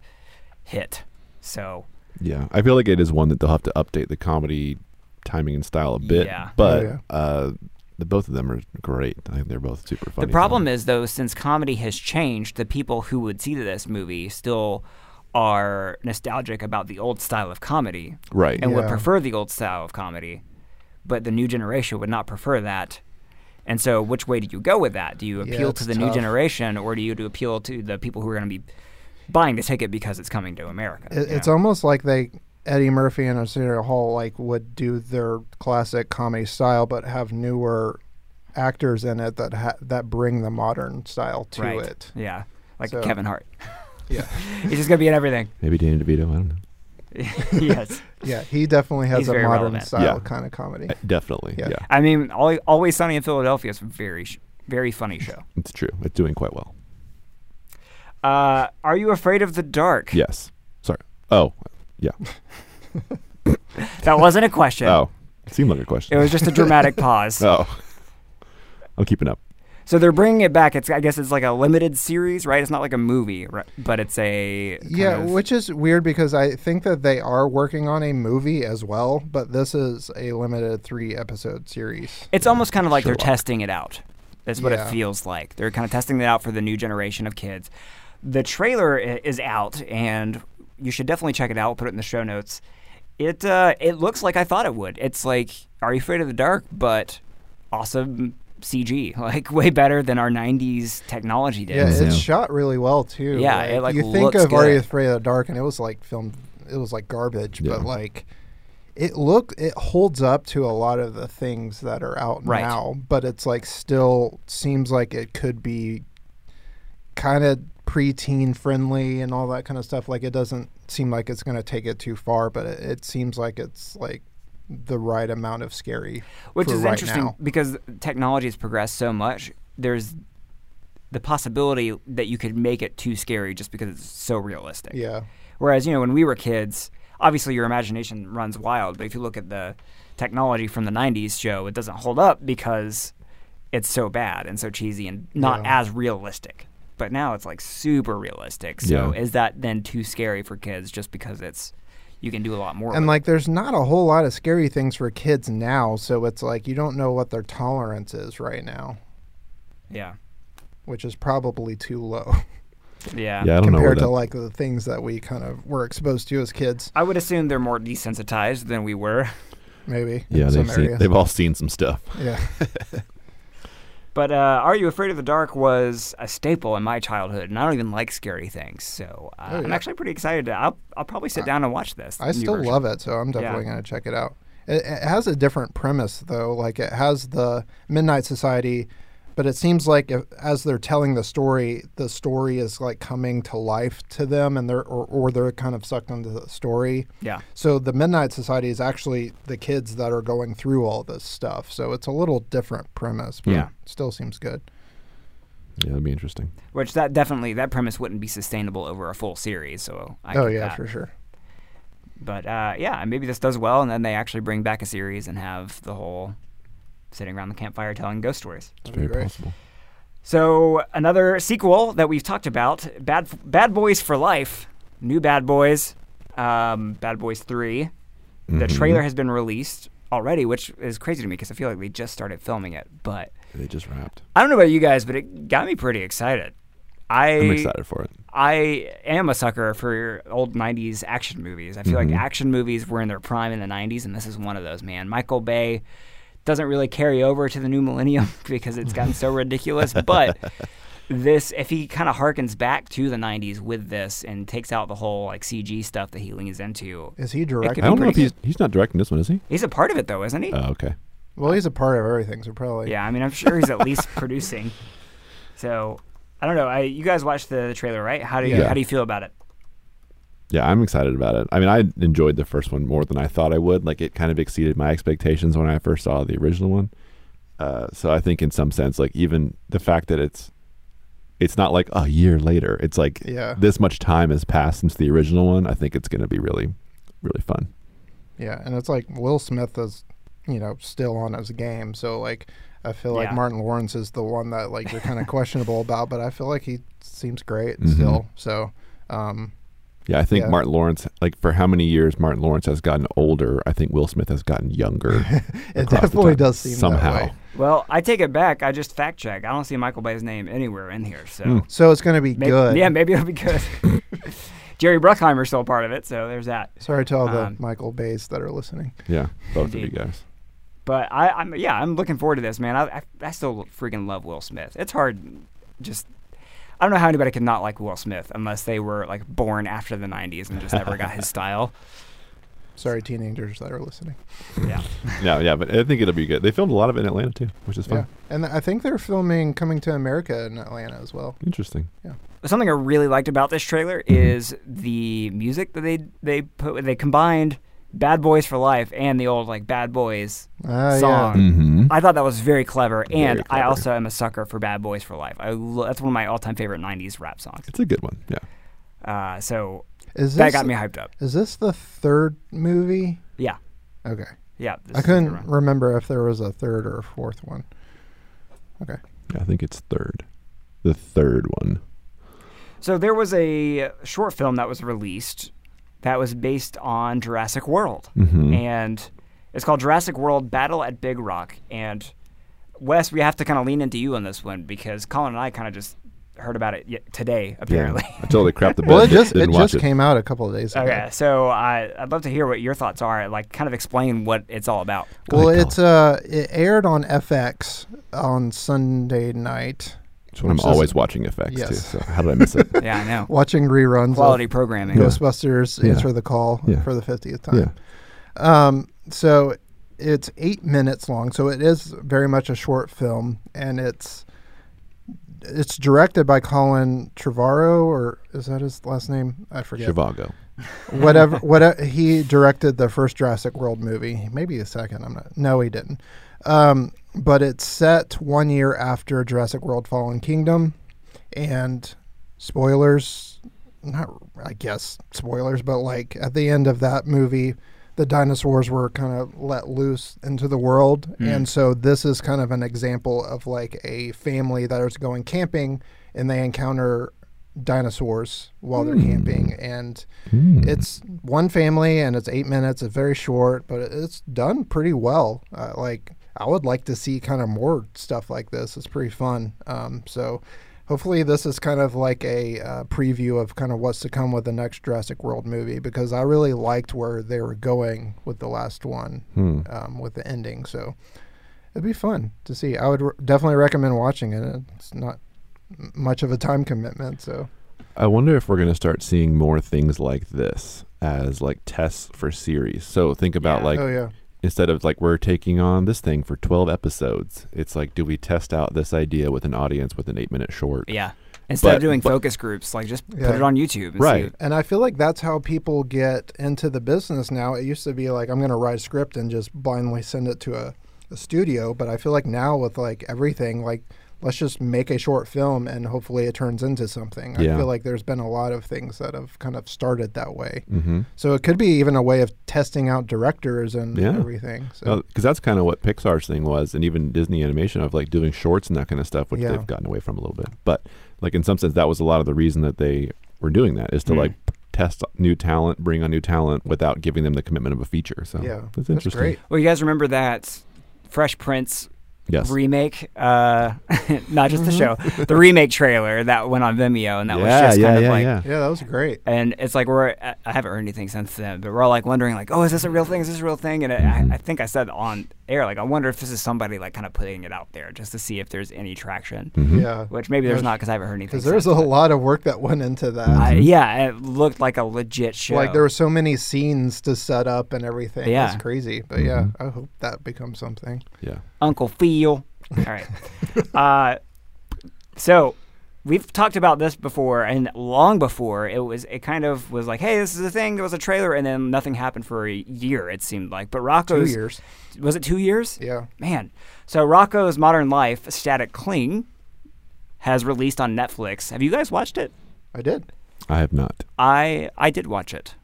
Speaker 2: hit. So
Speaker 6: Yeah, I feel like it is one that they'll have to update the comedy timing and style a bit.
Speaker 2: Yeah.
Speaker 6: But
Speaker 7: Oh,
Speaker 6: uh, the both of them are great. I think they're both super funny.
Speaker 2: The problem is, though, since comedy has changed, the people who would see this movie still are nostalgic about the old style of comedy
Speaker 6: right?
Speaker 2: and would
Speaker 7: Yeah.
Speaker 2: prefer the old style of comedy, but the new generation would not prefer that. And so, which way do you go with that? Do you
Speaker 7: Yeah,
Speaker 2: appeal
Speaker 7: it's
Speaker 2: to the new
Speaker 7: tough.
Speaker 2: generation, or do you do appeal to the people who are going to be buying the ticket because it's coming to America?
Speaker 7: It,
Speaker 2: you
Speaker 7: it's
Speaker 2: know?
Speaker 7: almost like they Eddie Murphy and Arsenio Hall like would do their classic comedy style, but have newer actors in it that ha- that bring the modern style to
Speaker 2: right.
Speaker 7: it.
Speaker 2: Yeah, like
Speaker 7: So-
Speaker 2: Kevin Hart.
Speaker 7: Yeah.
Speaker 2: he's just going to be in everything.
Speaker 6: Maybe Danny DeVito. I don't know.
Speaker 2: yes.
Speaker 7: Yeah, he definitely has
Speaker 2: He's
Speaker 7: a
Speaker 2: very
Speaker 7: modern
Speaker 2: relevant.
Speaker 7: style
Speaker 6: Yeah.
Speaker 7: kind of comedy.
Speaker 6: Uh, Definitely. Yeah.
Speaker 7: Yeah.
Speaker 2: I mean, Al- Always Sunny in Philadelphia is a very, sh- very funny show.
Speaker 6: it's true. It's doing quite well.
Speaker 2: Uh, are you afraid of the dark?
Speaker 6: Yes. Sorry. Oh, yeah.
Speaker 2: That wasn't a question.
Speaker 6: Oh, it seemed like a
Speaker 2: It
Speaker 6: question.
Speaker 2: was just a dramatic pause.
Speaker 6: oh, I'm keeping up.
Speaker 2: So they're bringing it back. It's I guess it's like a limited series, right? It's not like a movie, right? but it's a kind
Speaker 7: Yeah,
Speaker 2: of-
Speaker 7: which is weird because I think that they are working on a movie as well, but this is a limited three episode series.
Speaker 2: it's almost kind of like
Speaker 6: Sherlock.
Speaker 2: they're testing it out. That's what
Speaker 7: Yeah.
Speaker 2: it feels like. They're kind of testing it out for the new generation of kids. The trailer i- is out, and you should definitely check it out. We'll put it in the show notes. It uh, it looks like I thought it would. It's like Are You Afraid of the Dark, but awesome CG, like way better than our '90s technology did.
Speaker 7: Yeah,
Speaker 6: Yeah.
Speaker 7: it's shot really well too.
Speaker 2: Yeah, it, like,
Speaker 7: you think
Speaker 2: looks
Speaker 7: of Are You
Speaker 2: good.
Speaker 7: Afraid of the Dark, and it was like filmed, it was like garbage,
Speaker 6: Yeah.
Speaker 7: but like it look it holds up to a lot of the things that are out
Speaker 2: Right.
Speaker 7: now, but it's like still seems like it could be kind of preteen friendly and all that kind of stuff. Like it doesn't seem like it's going to take it too far, but it, it seems like it's like the right amount of scary,
Speaker 2: which
Speaker 7: for
Speaker 2: is
Speaker 7: right
Speaker 2: interesting
Speaker 7: now.
Speaker 2: because technology has progressed so much there's the possibility that you could make it too scary just because it's so realistic
Speaker 7: Yeah,
Speaker 2: whereas you know when we were kids obviously your imagination runs wild but if you look at the technology from the 90s show it doesn't hold up because it's so bad and so cheesy and not
Speaker 7: Yeah.
Speaker 2: as realistic but now it's like super realistic so
Speaker 6: Yeah.
Speaker 2: is that then too scary for kids just because it's you can do a lot more
Speaker 7: And
Speaker 2: with it?
Speaker 7: like, there's not a whole lot of scary things for kids now, so it's like you don't know what their tolerance is right now,
Speaker 2: yeah
Speaker 7: which is probably too low
Speaker 2: yeah
Speaker 6: Yeah, I don't know where
Speaker 7: compared to
Speaker 6: that.
Speaker 7: like the things that we kind of were exposed to as kids.
Speaker 2: I would assume they're more desensitized than we were.
Speaker 7: Maybe.
Speaker 6: Yeah,
Speaker 7: in
Speaker 6: they've
Speaker 7: some
Speaker 6: seen,
Speaker 7: areas.
Speaker 6: they've all seen some stuff.
Speaker 7: yeah,
Speaker 2: But uh, Are You Afraid of the Dark was a staple in my childhood, and I don't even like scary things. So uh,
Speaker 7: Oh,
Speaker 2: I'm
Speaker 7: yeah.
Speaker 2: actually pretty excited. To, I'll, I'll probably sit down and watch this.
Speaker 7: I
Speaker 2: new
Speaker 7: still
Speaker 2: version.
Speaker 7: love it, so I'm definitely
Speaker 2: Yeah.
Speaker 7: gonna check it out. It, it has a different premise though. Like it has the Midnight Society. But it seems like if, as they're telling the story, the story is like coming to life to them, and they're or, or they're kind of sucked into the story.
Speaker 2: Yeah.
Speaker 7: So the Midnight Society is actually the kids that are going through all this stuff. So it's a little different premise, but
Speaker 2: Yeah.
Speaker 7: it still seems good.
Speaker 6: Yeah, that'd be interesting.
Speaker 2: Which that definitely, that premise wouldn't be sustainable over a full series. So I
Speaker 7: oh
Speaker 2: get
Speaker 7: yeah,
Speaker 2: that.
Speaker 7: for sure.
Speaker 2: But uh, yeah, maybe this does well, and then they actually bring back a series and have the whole sitting around the campfire telling ghost stories.
Speaker 6: It's
Speaker 7: be
Speaker 6: very
Speaker 7: great.
Speaker 6: possible.
Speaker 2: So another sequel that we've talked about, Bad Bad Boys for Life, new Bad Boys, um, Bad Boys 3 The
Speaker 6: Mhm.
Speaker 2: trailer has been released already, which is crazy to me because I feel like they just started filming it. But
Speaker 6: They just wrapped.
Speaker 2: I don't know about you guys, but it got me pretty excited. I
Speaker 6: I'm excited for it.
Speaker 2: I am a sucker for old '90s action movies. I feel like action movies were in their prime in the '90s, and this is one of those. Man, Michael Bay doesn't really carry over to the new millennium because it's gotten so ridiculous. But this, if he kind of harkens back to the '90s with this and takes out the whole like CG stuff that he leans into,
Speaker 7: Is he
Speaker 2: be
Speaker 7: directing?
Speaker 6: I don't know if
Speaker 2: pretty
Speaker 6: he's he's not directing this one, is he?
Speaker 2: he's a part of it though, isn't he?
Speaker 6: Oh, okay.
Speaker 7: Well, he's a part of everything, so probably.
Speaker 2: Yeah, I mean, I'm sure he's at least producing. So I don't know. I, you guys watched the trailer, right? How do you
Speaker 6: Yeah.
Speaker 2: how do you feel about it?
Speaker 6: Yeah, I'm excited about it. I mean, I enjoyed the first one more than I thought I would. Like, it kind of exceeded my expectations when I first saw the original one. Uh, so I think, in some sense, like even the fact that it's it's not like a year later. It's like
Speaker 7: Yeah.
Speaker 6: this much time has passed since the original one. I think it's going to be really, really fun.
Speaker 7: Yeah, and it's like Will Smith is, you know, still on his game. So like, I feel like
Speaker 2: Yeah.
Speaker 7: Martin Lawrence is the one that like you're kind of questionable about, but I feel like he seems great
Speaker 2: Mm-hmm.
Speaker 7: still. So, um,
Speaker 6: Yeah, I think
Speaker 7: Yeah.
Speaker 6: Martin Lawrence, like for how many years Martin Lawrence has gotten older, I think Will Smith has gotten younger.
Speaker 7: it
Speaker 6: across the
Speaker 7: definitely
Speaker 6: time,
Speaker 7: does seem
Speaker 6: somehow.
Speaker 7: That way.
Speaker 2: Well, I take it back. I just fact check. I don't see Michael Bay's name anywhere in here. So
Speaker 7: So it's gonna be
Speaker 2: May-
Speaker 7: good.
Speaker 2: Yeah, maybe it'll be good. Jerry Bruckheimer's still part of it, so there's that.
Speaker 7: Sorry to all the
Speaker 2: Um,
Speaker 7: Michael Bays that are listening.
Speaker 6: Yeah, both
Speaker 2: Indeed.
Speaker 6: of you guys.
Speaker 2: But I, I'm yeah, I'm looking forward to this, man. I, I, I still freaking love Will Smith. It's hard, just I don't know how anybody could not like Will Smith unless they were like born after the '90s and just never got his style.
Speaker 7: Sorry, teenagers that are listening.
Speaker 2: Yeah,
Speaker 6: No, yeah, but I think it'll be good. They filmed a lot of it in Atlanta too, which is fun.
Speaker 7: Yeah, and I think they're filming Coming to America in Atlanta as well.
Speaker 6: Interesting.
Speaker 2: something I really liked about this trailer is the music that they they put they combined Bad Boys for Life and the old like Bad Boys
Speaker 7: Ah, yeah.
Speaker 2: song.
Speaker 6: Mm-hmm.
Speaker 2: I thought that was very clever, and
Speaker 6: Very
Speaker 2: I
Speaker 6: clever.
Speaker 2: also am a sucker for Bad Boys for Life. I lo- that's one of my all-time favorite '90s rap songs.
Speaker 6: It's a good one. Yeah.
Speaker 2: Uh, so
Speaker 7: Is this,
Speaker 2: that got me hyped up.
Speaker 7: Is this the third movie?
Speaker 2: Yeah,
Speaker 7: Okay,
Speaker 2: yeah. this
Speaker 7: I
Speaker 2: is a good
Speaker 7: couldn't
Speaker 2: one.
Speaker 7: remember if there was a third or a fourth one. Okay.
Speaker 6: Yeah, I think it's third. The third one.
Speaker 2: So there was a short film that was released that was based on Jurassic World,
Speaker 7: Mm-hmm.
Speaker 2: and it's called Jurassic World: Battle at Big Rock. And Wes, we have to kind of lean into you on this one because Colin and I kind of just heard about it y- today, apparently.
Speaker 6: Yeah. I totally crapped the bed.
Speaker 7: Well, it just it
Speaker 6: didn't watch
Speaker 7: just came out a couple of days ago.
Speaker 2: Okay, so I, I'd love to hear what your thoughts are. Like, kind of explain what it's all about.
Speaker 7: Well,
Speaker 6: Good call.
Speaker 7: it's uh, it aired on FX on Sunday night.
Speaker 6: It's when I'm
Speaker 7: Which is-
Speaker 6: always watching effects too.
Speaker 7: Yes.
Speaker 6: So how did I miss it?
Speaker 2: Yeah, I know.
Speaker 7: Watching reruns
Speaker 2: Quality
Speaker 7: of
Speaker 2: programming.
Speaker 7: Ghostbusters
Speaker 6: Yeah.
Speaker 7: Answer the Call
Speaker 6: Yeah.
Speaker 7: for the fiftieth time.
Speaker 6: yeah.
Speaker 7: Um, so it's eight minutes long, so it is very much a short film, and it's it's directed by Colin Trevorrow, or is that his last name? I forget.
Speaker 6: Chivago.
Speaker 7: whatever what he directed the first Jurassic World movie, maybe the second. I'm not. No, he didn't. Um, but it's set one year after Jurassic World: Fallen Kingdom, and spoilers. Not, I guess spoilers, but like at the end of that movie, the dinosaurs were kind of let loose into the world, and so this is kind of an example of like a family that is going camping and they encounter dinosaurs while they're camping and it's one family and it's eight minutes it's very short but it- it's done pretty well uh, like i would like to see kind of more stuff like this it's pretty fun um, so hopefully this is kind of like a uh, preview of kind of what's to come with the next jurassic world movie because i really liked where they were going with the last one um, with the ending so it'd be fun to see i would re- definitely recommend watching it it's not m- much of a time commitment so
Speaker 6: I wonder if we're going to start seeing more things like this as like tests for series. So think about
Speaker 2: Yeah.
Speaker 6: like
Speaker 7: oh yeah
Speaker 6: instead of like we're taking on this thing for 12 episodes, it's like do we test out this idea with an audience with an 8-minute short?
Speaker 2: Yeah. Instead of
Speaker 6: But-
Speaker 2: doing
Speaker 6: but-
Speaker 2: focus groups, like just
Speaker 7: Yeah.
Speaker 2: put it on YouTube. And
Speaker 6: Right.
Speaker 2: See.
Speaker 7: And I feel like that's how people get into the business now. It used to be like I'm going to write a script and just blindly send it to a, a studio, but I feel like now with like everything, like let's just make a short film and hopefully it turns into something. I
Speaker 6: Yeah.
Speaker 7: feel like there's been a lot of things that have kind of started that way.
Speaker 6: Mhm.
Speaker 7: So it could be even a way of testing out directors and
Speaker 6: Yeah.
Speaker 7: everything. So
Speaker 6: because that's kind of what Pixar's thing was, and even Disney Animation of like doing shorts and that kind of stuff, which
Speaker 7: Yeah.
Speaker 6: they've gotten away from a little bit. But like in some sense, that was a lot of the reason that they were doing that is to
Speaker 7: Hmm.
Speaker 6: like test new talent, bring on new talent without giving them the commitment of a feature. So
Speaker 7: yeah,
Speaker 6: Oh, that's interesting.
Speaker 7: great.
Speaker 2: Well, you guys remember that Fresh Prince
Speaker 6: Yes, Mm-hmm.
Speaker 2: remake? Uh, not just the show, the remake trailer that went on Vimeo, and that was
Speaker 6: Yeah,
Speaker 2: just
Speaker 6: yeah,
Speaker 2: kind of
Speaker 6: yeah,
Speaker 2: like.
Speaker 6: yeah.
Speaker 7: Yeah, that was great.
Speaker 2: And it's like we're I I haven't heard anything since then, but we're all like wondering like, oh, is this a real thing? Is this a real thing? And I, I think I said on air like, I wonder if this is somebody like kind of putting it out there just to see if there's any traction,
Speaker 6: Hmm. Mm-hmm.
Speaker 7: Yeah.
Speaker 2: which maybe there's not because I haven't heard anything.
Speaker 7: Because there's a
Speaker 2: since, but-
Speaker 7: lot of work that went into that.
Speaker 2: I- yeah, it looked like a legit show.
Speaker 7: Like there were so many scenes to set up and everything.
Speaker 2: Yeah.
Speaker 7: It's crazy. But yeah, I hope that becomes something.
Speaker 6: yeah.
Speaker 2: Uncle Phil. All right. uh, so we've talked about this before, and long before it was, it kind of was like, hey, this is a thing. There was a trailer, and then nothing happened for a year. It seemed like, but
Speaker 7: Two
Speaker 2: Rocco's
Speaker 7: years.
Speaker 2: was it two years?
Speaker 7: Yeah.
Speaker 2: Man, so Rocco's Modern Life, Static Cling, has released on Netflix. Have you guys watched it?
Speaker 7: I did.
Speaker 6: I have not.
Speaker 2: I I did watch it.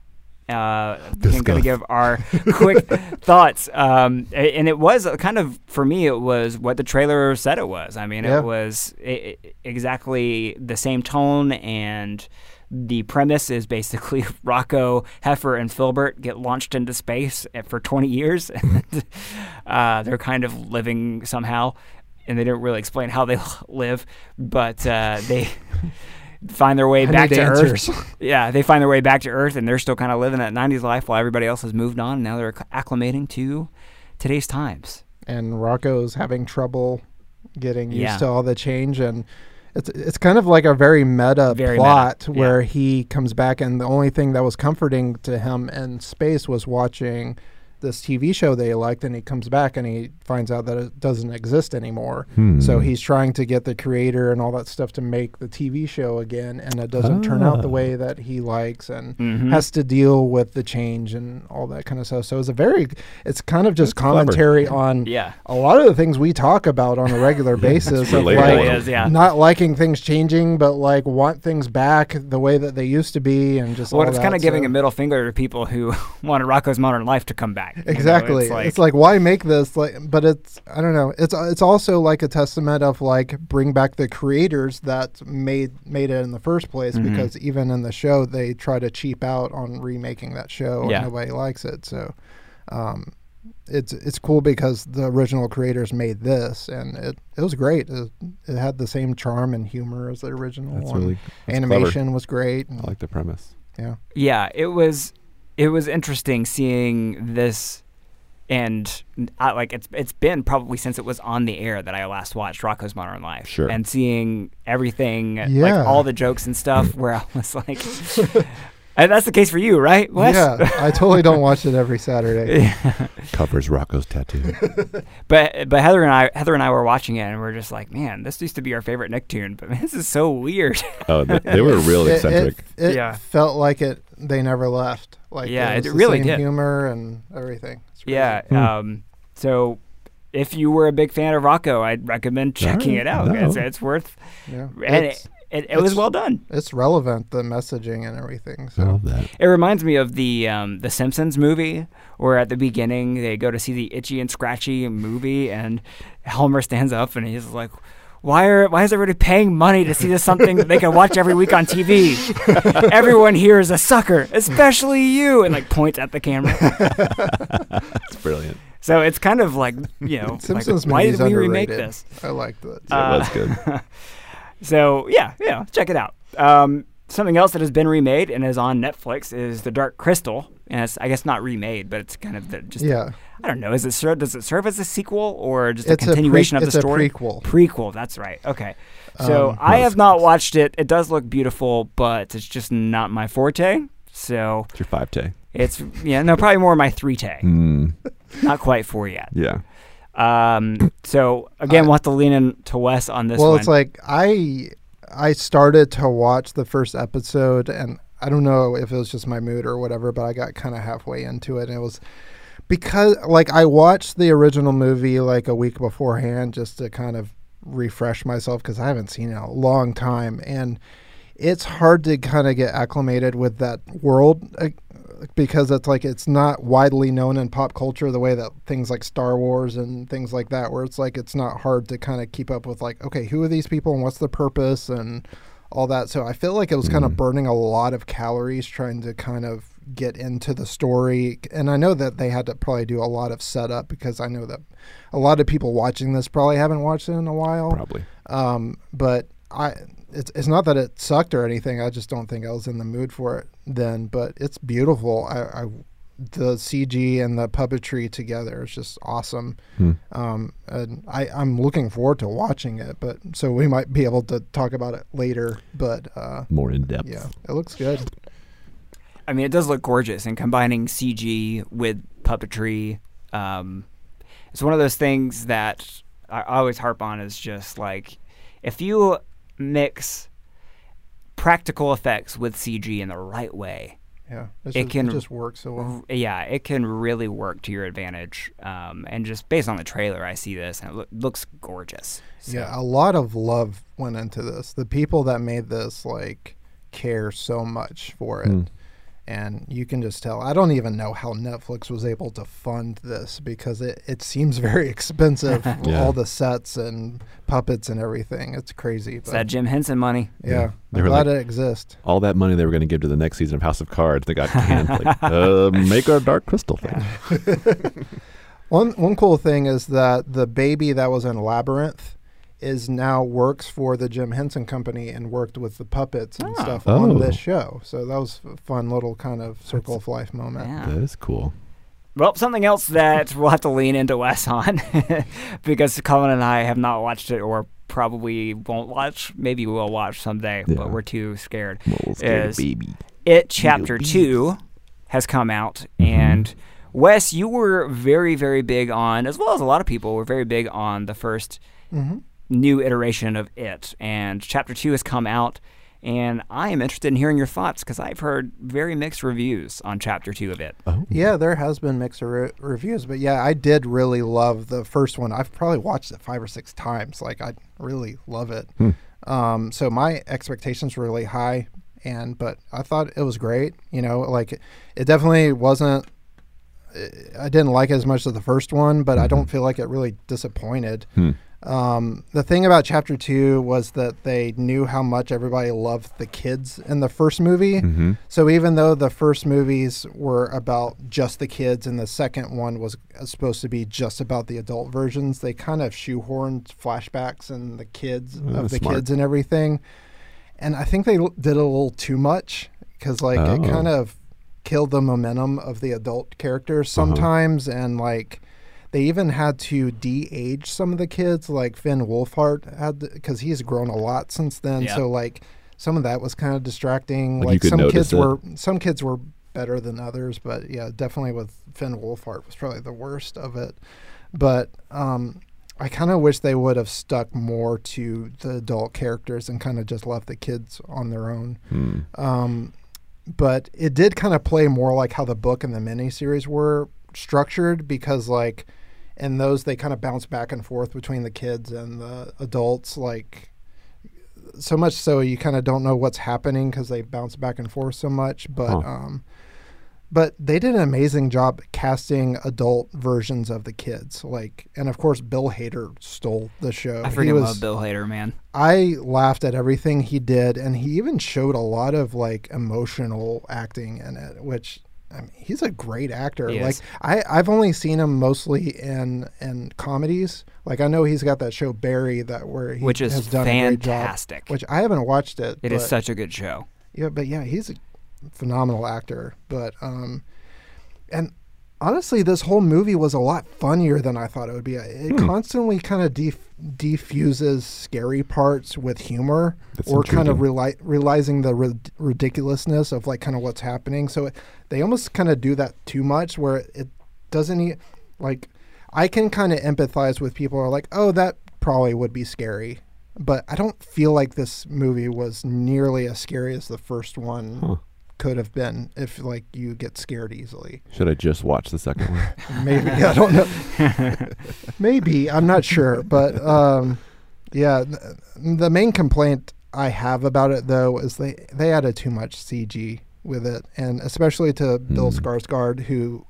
Speaker 2: Uh, I'm going
Speaker 6: Discuss.
Speaker 2: to give our quick thoughts, um, a- and it was a kind of for me. It was what the trailer said it was. I mean,
Speaker 7: Yeah.
Speaker 2: it was i i exactly the same tone, and the premise is basically Rocco, Heifer, and Filbert get launched into space a- for 20 years. and uh, they're kind of living somehow, and they don't really explain how they live, but uh, they. Find their way
Speaker 7: I
Speaker 2: back
Speaker 7: need
Speaker 2: to
Speaker 7: answers.
Speaker 2: Earth. Yeah, they find their way back to Earth, and they're still kind of living that '90s life while everybody else has moved on. And now they're acc- acclimating to today's times.
Speaker 7: and Rocco's having trouble getting used
Speaker 2: Yeah.
Speaker 7: to all the change and it's it's kind of like a very meta
Speaker 2: Very
Speaker 7: plot
Speaker 2: meta, yeah.
Speaker 7: where he comes back and the only thing that was comforting to him in space was watching this TV show they liked and he comes back and he finds out that it doesn't exist anymore. So he's trying to get the creator and all that stuff to make the TV show again and it doesn't turn out the way that he likes and
Speaker 2: Mm-hmm.
Speaker 7: has to deal with the change and all that kind of stuff. So it's a very it's kind of just commentary on
Speaker 2: Yeah.
Speaker 7: a lot of the things we talk about on a regular basis of
Speaker 6: relatable.
Speaker 7: like
Speaker 6: It
Speaker 2: is, yeah.
Speaker 7: not liking things changing but like want things back the way that they used to be and just
Speaker 2: Well,
Speaker 7: all
Speaker 2: it's
Speaker 7: that, uh,
Speaker 2: kind of giving
Speaker 7: so-
Speaker 2: a middle finger to people who wanted Rocco's Modern Life to come back. You know,
Speaker 7: exactly
Speaker 2: it's like,
Speaker 7: why make this like but it's i don't know it's it's also like a testament of like bring back the creators that made made it in the first place because even in the show they try to cheap out on remaking that show
Speaker 2: Yeah.
Speaker 7: and nobody likes it so um it's it's cool because the original creators made this and it, it was great. It, it had the same charm and humor as the original.
Speaker 6: That's
Speaker 7: and
Speaker 6: really- that's
Speaker 7: animation was great. and-
Speaker 6: I like the premise.
Speaker 7: yeah.
Speaker 2: yeah, it was it was interesting seeing this, and I, like it's it's been probably since it was on the air that I last watched Rocco's Modern Life.
Speaker 6: Sure.
Speaker 2: and seeing everything,
Speaker 7: Yeah.
Speaker 2: like all the jokes and stuff, where I was like, and that's the case for you, right? Wes?
Speaker 7: Yeah, I totally don't watch it every Saturday.
Speaker 6: Covers Rocco's tattoo.
Speaker 2: But but Heather and I Heather and I were watching it and we are just like, man, this used to be our favorite Nicktoon, but man, this is so weird.
Speaker 6: oh, they, they were real
Speaker 7: It-
Speaker 6: eccentric.
Speaker 7: It, it
Speaker 2: Yeah.
Speaker 7: felt like it. They never left. Like
Speaker 2: Yeah,
Speaker 7: it, was
Speaker 2: it
Speaker 7: the
Speaker 2: really
Speaker 7: same
Speaker 2: did.
Speaker 7: Humor and everything. It's crazy.
Speaker 2: yeah. Um, so if you were a big fan of Rocco, I'd recommend checking
Speaker 6: Alright,
Speaker 2: it out.
Speaker 6: no.
Speaker 2: It's, it's worth.
Speaker 7: yeah.
Speaker 2: And
Speaker 7: It's,
Speaker 2: it, it, it was
Speaker 7: it's-
Speaker 2: well done.
Speaker 7: it's relevant the messaging and
Speaker 6: I
Speaker 7: everything. So
Speaker 6: love that.
Speaker 2: It reminds me of the um, the Simpsons movie, where at the beginning they go to see the Itchy and Scratchy movie, and Homer stands up and he's like. Why are why is everybody paying money to see this something that they can watch every week on TV? Everyone here is a sucker, especially you, and like points at the camera.
Speaker 6: It's brilliant.
Speaker 2: So it's kind of like you know, like,
Speaker 7: Simpsons
Speaker 2: why
Speaker 7: movies
Speaker 2: did we remake
Speaker 7: underrated.
Speaker 2: this? Uh,
Speaker 7: I liked that.
Speaker 6: Yeah, it was good.
Speaker 2: So yeah, yeah, check it out. Um, something else that has been remade and is on Netflix is The Dark Crystal, and it's I guess not remade, but it's kind of the, just
Speaker 7: Yeah.
Speaker 2: I don't know. Is it serve? Does it serve as a sequel or just
Speaker 7: It's
Speaker 2: a
Speaker 7: a pre-
Speaker 2: continuation of
Speaker 7: it's
Speaker 2: the
Speaker 7: a
Speaker 2: story?
Speaker 7: prequel.
Speaker 2: Prequel. That's right. Okay. So
Speaker 7: Um,
Speaker 2: I have not watched it. It does look beautiful, but it's just not my forte. So
Speaker 6: It's your five T.
Speaker 2: it's yeah, no, probably more my three tay.
Speaker 6: Mm,
Speaker 2: Not quite four yet.
Speaker 6: yeah.
Speaker 2: Um, so again, we'll have to lean in to Wes on this
Speaker 7: well,
Speaker 2: one.
Speaker 7: it's like I I started to watch the first episode, and I don't know if it was just my mood or whatever, but I got kind of halfway into it, and it was because like I watched the original movie like a week beforehand just to kind of refresh myself because I haven't seen it in a long time, and it's hard to kind of get acclimated with that world. uh, because it's like it's not widely known in pop culture the way that things like Star Wars and things like that, where it's like it's not hard to kind of keep up with like, okay, who are these people and what's the purpose and all that. So I feel like it was kind of burning a lot of calories trying to kind of get into the story. And I know that they had to probably do a lot of setup because I know that a lot of people watching this probably haven't watched it in a while.
Speaker 6: Probably.
Speaker 7: Um, but I, it's, it's not that it sucked or anything. I just don't think I was in the mood for it then. But it's beautiful. I, I the CG and the puppetry together is just awesome. Um, and I, I'm looking forward to watching it. But so we might be able to talk about it later. But uh,
Speaker 6: More in depth.
Speaker 7: yeah, it looks good.
Speaker 2: I mean, it does look gorgeous, and combining CG with puppetry, um, it's one of those things that I I always harp on. Is just like if you mix practical effects with CG in the right way,
Speaker 7: Yeah, it's
Speaker 2: It
Speaker 7: just,
Speaker 2: can-
Speaker 7: it just works so well.
Speaker 2: r- yeah, it can really work to your advantage. Um, and just based on the trailer, I see this and it loo- looks gorgeous. So,
Speaker 7: Yeah, a lot of love went into this. The people that made this like care so much for it.
Speaker 6: Hmm.
Speaker 7: And you can just tell. I don't even know how Netflix was able to fund this because it, it seems very expensive.
Speaker 6: Yeah.
Speaker 7: All the sets and puppets and everything. It's crazy. But
Speaker 2: It's that Jim Henson money.
Speaker 7: yeah,
Speaker 6: They
Speaker 7: I'm
Speaker 6: were
Speaker 7: glad
Speaker 6: like-
Speaker 7: it exists.
Speaker 6: All that money they were going to give to the next season of House of Cards, they got canned. like, uh, make our Dark Crystal thing.
Speaker 7: One one cool thing is that the baby that was in Labyrinth is now works for the Jim Henson Company and worked with the puppets and stuff
Speaker 6: Oh.
Speaker 7: on this show. So that was a fun little kind of circle of life moment.
Speaker 2: Yeah.
Speaker 6: That is cool.
Speaker 2: Well, something else that we'll have to lean into less on because Colin and I have not watched it or probably won't watch. Maybe we'll watch someday,
Speaker 6: Yeah.
Speaker 2: but we're too scared.
Speaker 6: Well, scared
Speaker 2: Is-
Speaker 6: baby.
Speaker 2: It Chapter 2 has come out
Speaker 6: Mm-hmm.
Speaker 2: and Wes, you were very very big on as well as a lot of people were very big on the 1st new iteration of It and Chapter 2 has come out and I am interested in hearing your thoughts because I've heard very mixed reviews on Chapter 2 of
Speaker 6: Uh-huh.
Speaker 2: It.
Speaker 7: Yeah, there has been mixed re- reviews, but yeah, I did really love the first one. I've probably watched it five or six times. Like I really love it. Um, so my expectations were really high, and but I thought it was great. You know, like it, it definitely wasn't. I didn't like it as much as the first one, but I don't feel like it really disappointed. Um, the thing about chapter two was that they knew how much everybody loved the kids in the first movie.
Speaker 6: Mm-hmm.
Speaker 7: So even though the first movies were about just the kids and the second one was supposed to be just about the adult versions, they kind of shoehorned flashbacks and the kids of
Speaker 6: Mm, that's
Speaker 7: the
Speaker 6: smart.
Speaker 7: kids and everything. And I think they l- did a little too much because like it
Speaker 6: Oh.
Speaker 7: kind of killed the momentum of the adult characters
Speaker 6: Uh-huh.
Speaker 7: sometimes and like they even had to de-age some of the kids like finn wolfhard had because he's grown a lot since then
Speaker 2: Yeah.
Speaker 7: so like some of that was kind of distracting
Speaker 6: Like,
Speaker 7: like,
Speaker 6: you could
Speaker 7: some
Speaker 6: notice
Speaker 7: kids
Speaker 6: it.
Speaker 7: were some kids were better than others but yeah definitely with finn wolfhard was probably the worst of it but um I kind of wish they would have stuck more to the adult characters and kind of just left the kids on their own but it did kind of play more like how the book and the miniseries were structured because like in those they kind of bounce back and forth between the kids and the adults like so much so you kind of don't know what's happening because they bounce back and forth so much but
Speaker 6: Huh.
Speaker 7: um but they did an amazing job casting adult versions of the kids like and of course bill hader stole the show
Speaker 2: I
Speaker 7: He
Speaker 2: freaking
Speaker 7: was-
Speaker 2: love Bill Hader, man.
Speaker 7: I laughed at everything he did, and he even showed a lot of like emotional acting in it, which I mean, he's a great actor.
Speaker 2: He
Speaker 7: like
Speaker 2: is.
Speaker 7: I, I've only seen him mostly in in comedies. Like I know he's got that show Barry that where he
Speaker 2: Which is
Speaker 7: has done a
Speaker 2: fantastic.
Speaker 7: great job, which I haven't watched it.
Speaker 2: It is
Speaker 7: but-
Speaker 2: such a good show.
Speaker 7: yeah, but yeah, he's a phenomenal actor. But um, and honestly, this whole movie was a lot funnier than I thought it would be. It
Speaker 6: Hmm.
Speaker 7: constantly kind of def- defuses scary parts with humor,
Speaker 6: That's
Speaker 7: or kind of
Speaker 6: intriguing.
Speaker 7: reali- realizing the rid- ridiculousness of like kind of what's happening. So it, they almost kind of do that too much, where it doesn't e- like. I can kind of empathize with people who are like, oh, that probably would be scary. But I don't feel like this movie was nearly as scary as the first one could have been if like you get scared easily.
Speaker 6: Should I just watch the second one?
Speaker 7: Maybe I don't know. Maybe I'm not sure, but um, yeah, th- the main complaint I have about it though is they they added too much CG with it, and especially to Bill Skarsgård who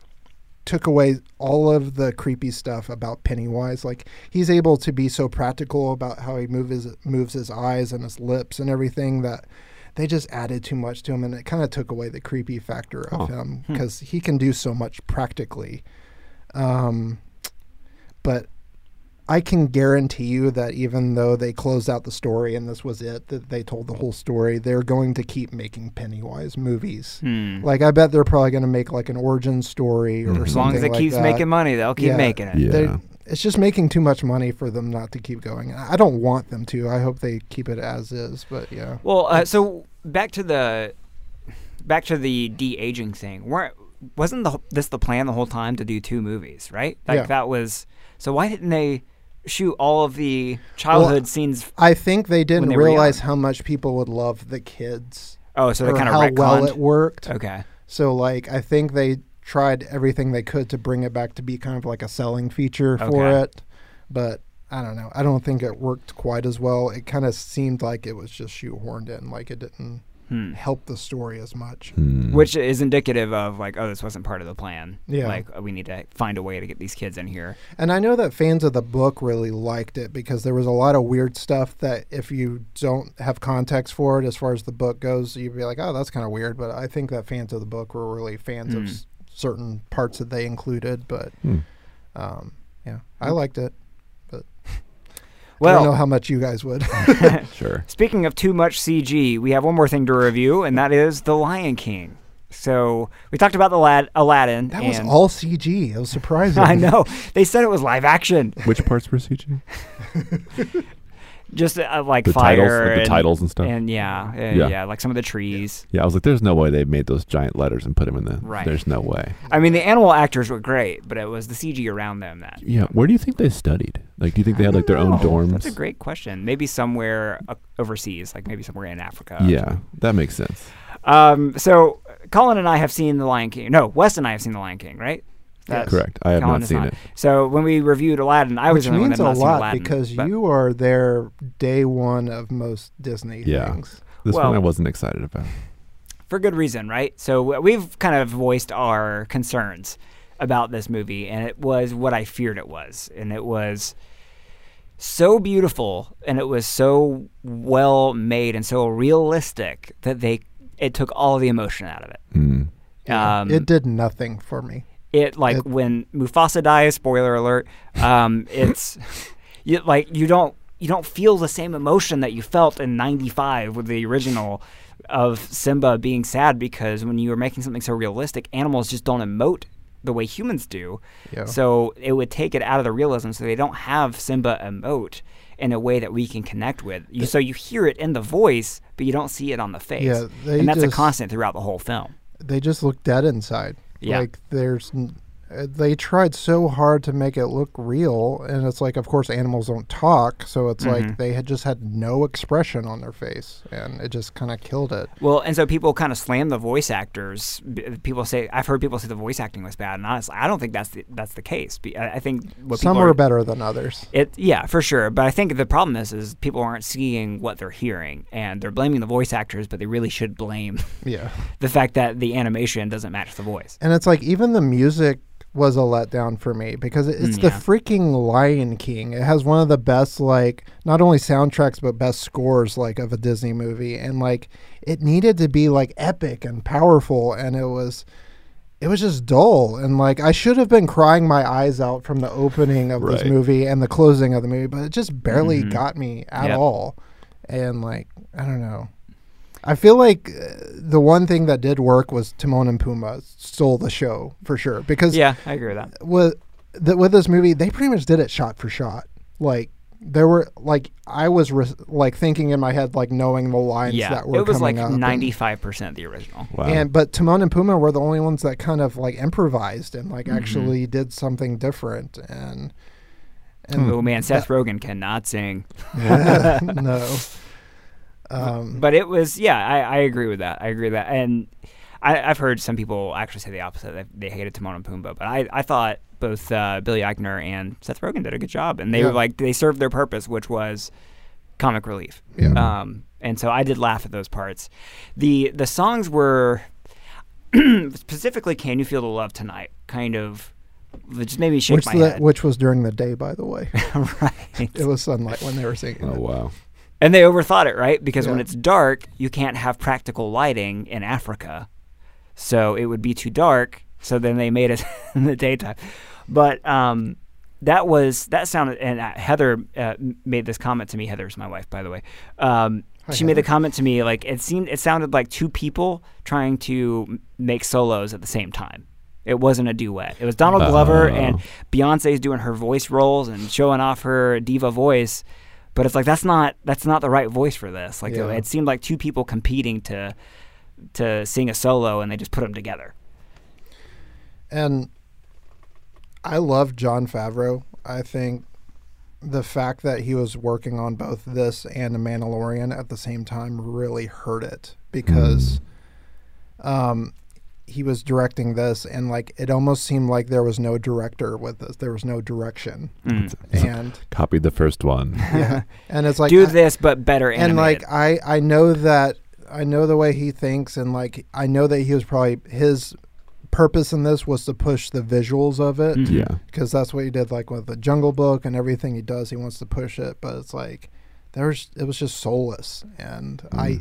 Speaker 7: took away all of the creepy stuff about Pennywise. Like he's able to be so practical about how he moves moves his eyes and his lips and everything that they just added too much to him, and it kind of took away the creepy factor of him because he can do so much practically. Um, but I can guarantee you that even though they closed out the story and this was it, that they told the whole story, they're going to keep making Pennywise movies. Like I bet they're probably going to make like an origin story or something
Speaker 2: Hmm. As long as it
Speaker 7: like
Speaker 2: keeps
Speaker 7: that.
Speaker 2: making money, they'll keep
Speaker 7: Yeah.
Speaker 2: making it.
Speaker 6: Yeah.
Speaker 7: They're- It's just making too much money for them not to keep going. And I don't want them to. I hope they keep it as is. But yeah,
Speaker 2: Well, uh, so back to the back to the de aging thing. Weren't wasn't the, this the plan the whole time to do two movies, right? Like
Speaker 7: Yeah.
Speaker 2: that was. So why didn't they shoot all of the childhood
Speaker 7: Well,
Speaker 2: scenes?
Speaker 7: I think they didn't
Speaker 2: they were
Speaker 7: realize
Speaker 2: young.
Speaker 7: how much people would love the kids
Speaker 2: Oh, so they
Speaker 7: or
Speaker 2: kind of
Speaker 7: how
Speaker 2: retconned.
Speaker 7: well it worked.
Speaker 2: okay.
Speaker 7: So like I think they tried everything they could to bring it back to be kind of like a selling feature for
Speaker 2: Okay.
Speaker 7: it, but I don't know. I don't think it worked quite as well. It kind of seemed like it was just shoehorned in, like it didn't help the story as much.
Speaker 2: Hmm.
Speaker 6: Hmm,
Speaker 2: Which is indicative of like, oh, this wasn't part of the plan.
Speaker 7: Yeah.
Speaker 2: Like we need to find a way to get these kids in here.
Speaker 7: And I know that fans of the book really liked it because there was a lot of weird stuff that if you don't have context for it as far as the book goes, you'd be like, "Oh, that's kind of weird." But I think that fans of the book were really fans of s- certain parts that they included, but um, yeah, I liked it. I don't know
Speaker 2: Well,
Speaker 7: how much you guys would.
Speaker 6: Sure.
Speaker 2: speaking of too much CG, we have one more thing to review, and that is The Lion King. So we talked about the lad Aladdin.
Speaker 7: that was
Speaker 2: and-
Speaker 7: all CG. It was surprising.
Speaker 2: I know. They said it was live action,
Speaker 6: Which parts were CG?
Speaker 2: just uh, like
Speaker 6: The
Speaker 2: fire,
Speaker 6: titles, like the
Speaker 2: and,
Speaker 6: titles and stuff.
Speaker 2: and yeah, uh, yeah,
Speaker 6: Yeah.
Speaker 2: like some of the trees.
Speaker 6: Yeah, I was like, there's no way they made those giant letters and put them in the.
Speaker 2: Right.
Speaker 6: There's no way.
Speaker 2: I mean, the animal actors were great, but it was the CG around them that.
Speaker 6: Yeah. Where do you think they studied? Like, do you think they had like their own dorms?
Speaker 2: That's a great question. Maybe somewhere uh, overseas, like maybe somewhere in Africa. or
Speaker 6: yeah, that makes sense.
Speaker 2: Um, so Colin and I have seen The Lion King. No, Wes and I have seen The Lion King, right? That's-
Speaker 6: Correct. I have
Speaker 2: Colin
Speaker 6: not
Speaker 2: has
Speaker 6: seen it.
Speaker 2: So when we reviewed Aladdin, I was
Speaker 7: Which
Speaker 2: the only one
Speaker 7: means
Speaker 2: that
Speaker 7: a
Speaker 2: had not seen
Speaker 7: lot
Speaker 2: Aladdin,
Speaker 7: because
Speaker 2: but-
Speaker 7: you are there day one of most Disney
Speaker 6: Yeah.
Speaker 7: things.
Speaker 6: This
Speaker 2: Well-
Speaker 6: one I wasn't excited about.
Speaker 2: for good reason, right? So uh, we've kind of voiced our concerns about this movie, and it was what I feared it was, and it was so beautiful, and it was so well made, and so realistic that they it took all the emotion out of it.
Speaker 6: Mm.
Speaker 2: Um,
Speaker 7: it did nothing for me.
Speaker 2: it like
Speaker 7: It-
Speaker 2: when Mufasa dies. Spoiler alert. Um, it's you, like you don't you don't feel the same emotion that you felt in '95 with the original of Simba being sad because when you were making something so realistic, animals just don't emote the way humans do.
Speaker 7: Yeah.
Speaker 2: So it would take it out of the realism, so they don't have Simba emote in a way that we can connect with. You, so you hear it in the voice, but you don't see it on the face.
Speaker 7: Yeah, they
Speaker 2: and that's a
Speaker 7: just-
Speaker 2: constant throughout the whole film.
Speaker 7: they just look dead inside.
Speaker 2: Yeah.
Speaker 7: Like there's, n- uh, they tried so hard to make it look real, and it's like, of course, animals don't talk, so it's
Speaker 2: Mm-hmm.
Speaker 7: like they had just had no expression on their face, and it just kind of killed it.
Speaker 2: Well, and so people kind of slam the voice actors. B- People say I've heard people say the voice acting was bad, and honestly, I don't think that's the, that's the case. Be- I I think what
Speaker 7: Some
Speaker 2: people
Speaker 7: were
Speaker 2: are-
Speaker 7: better than others.
Speaker 2: It yeah, for sure. But I think the problem is is people aren't seeing what they're hearing, and they're blaming the voice actors, but they really should blame
Speaker 7: Yeah,
Speaker 2: the fact that the animation doesn't match the voice.
Speaker 7: and it's like even the music was a letdown for me because it- it's the
Speaker 2: Mm, yeah.
Speaker 7: freaking Lion King. It has one of the best like not only soundtracks but best scores like of a Disney movie and like it needed to be like epic and powerful and it was it was just dull and like I should have been crying my eyes out from the opening of this
Speaker 6: Right.
Speaker 7: movie and the closing of the movie, but it just barely got me at
Speaker 2: Mm-hmm. Yep.
Speaker 7: all. And like I don't know. I feel like uh, the one thing that did work was Timon and Pumbaa stole the show for sure because
Speaker 2: Yeah, I agree with that.
Speaker 7: with that with this movie, they pretty much did it shot for shot. Like there were like I was res- like thinking in my head like knowing the lines
Speaker 2: Yeah,
Speaker 7: that were
Speaker 2: it was
Speaker 7: coming
Speaker 2: like
Speaker 7: up and-
Speaker 2: ninety five percent the original.
Speaker 6: Wow.
Speaker 7: And but Timon and Puma were the only ones that kind of like improvised and
Speaker 2: Mm-hmm.
Speaker 7: like actually did something different and
Speaker 2: Oh man, Seth Rogen cannot sing.
Speaker 7: no. Um,
Speaker 2: but it was yeah I, I agree with that i agree with that and I, i've heard some people actually say the opposite they, they hated timon and pumbaa but i, I thought both uh, billy eichner and seth rogen did a good job and they
Speaker 7: Yeah.
Speaker 2: were like they served their purpose which was comic relief
Speaker 7: Yeah.
Speaker 2: um, and so i did laugh at those parts the the songs were specifically can you feel the love tonight kind of it just made me shake
Speaker 7: Which
Speaker 2: my
Speaker 7: the,
Speaker 2: head
Speaker 7: which was during the day by the way.
Speaker 2: right
Speaker 7: it was sunlight when they were singing.
Speaker 6: Oh
Speaker 7: it.
Speaker 6: wow.
Speaker 2: And they overthought it, right? Because when
Speaker 7: Yeah.
Speaker 2: it's dark, you can't have practical lighting in Africa. So it would be too dark. So then they made it in the daytime. But um, that was, that sounded, and uh, Heather uh, m- made this comment to me. Heather's my wife, by the way. Um, she made the comment to me like it seemed, it sounded like two people trying to m- make solos at the same time. It wasn't a duet. It was Donald Glover
Speaker 6: Oh.
Speaker 2: and Beyonce's doing her voice roles and showing off her diva voice, but it's like that's not that's not the right voice for this. Like
Speaker 7: Yeah.
Speaker 2: it seemed like two people competing to to sing a solo and they just put them together.
Speaker 7: And I love John Favreau. I think the fact that he was working on both this and The
Speaker 6: Mm.
Speaker 7: Mandalorian at the same time really hurt it because um, he was directing this, and like it almost seemed like there was no director with this. There was no direction,
Speaker 6: Mm.
Speaker 7: and
Speaker 6: Copied the first one.
Speaker 7: yeah, and it's like
Speaker 2: Do
Speaker 7: I-
Speaker 2: this, but better animated.
Speaker 7: and like I I know that I know the way he thinks and like I know that he was probably his purpose in this was to push the visuals of it
Speaker 2: Mm-hmm.
Speaker 6: yeah.
Speaker 7: because that's what he did like with the Jungle Book and everything he does he wants to push it but it's like there's it was just soulless and I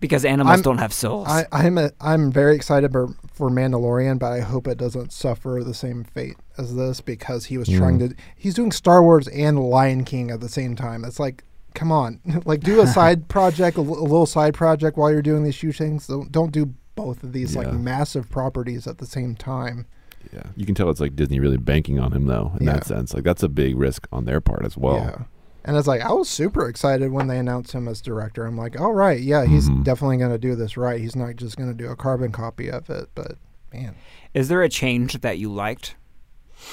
Speaker 2: because animals
Speaker 7: I'm-
Speaker 2: don't have souls.
Speaker 7: I I'm a, I'm very excited for, for Mandalorian but I hope it doesn't suffer the same fate as this because he was
Speaker 6: Mm.
Speaker 7: trying to he's doing Star Wars and Lion King at the same time it's like come on like do a side project a li- a little side project while you're doing these shoot things don't, don't do both of these like
Speaker 6: Yeah.
Speaker 7: massive properties at the same time
Speaker 6: Yeah. You can tell it's like Disney really banking on him though in
Speaker 7: Yeah.
Speaker 6: that sense. Like that's a big risk on their part as well.
Speaker 7: Yeah. And it's like I was super excited when they announced him as director. I'm like, all right, yeah, he's
Speaker 6: Mm-hmm.
Speaker 7: definitely going to do this right. He's not just going to do a carbon copy of it. But man,
Speaker 2: Is there a change that you liked?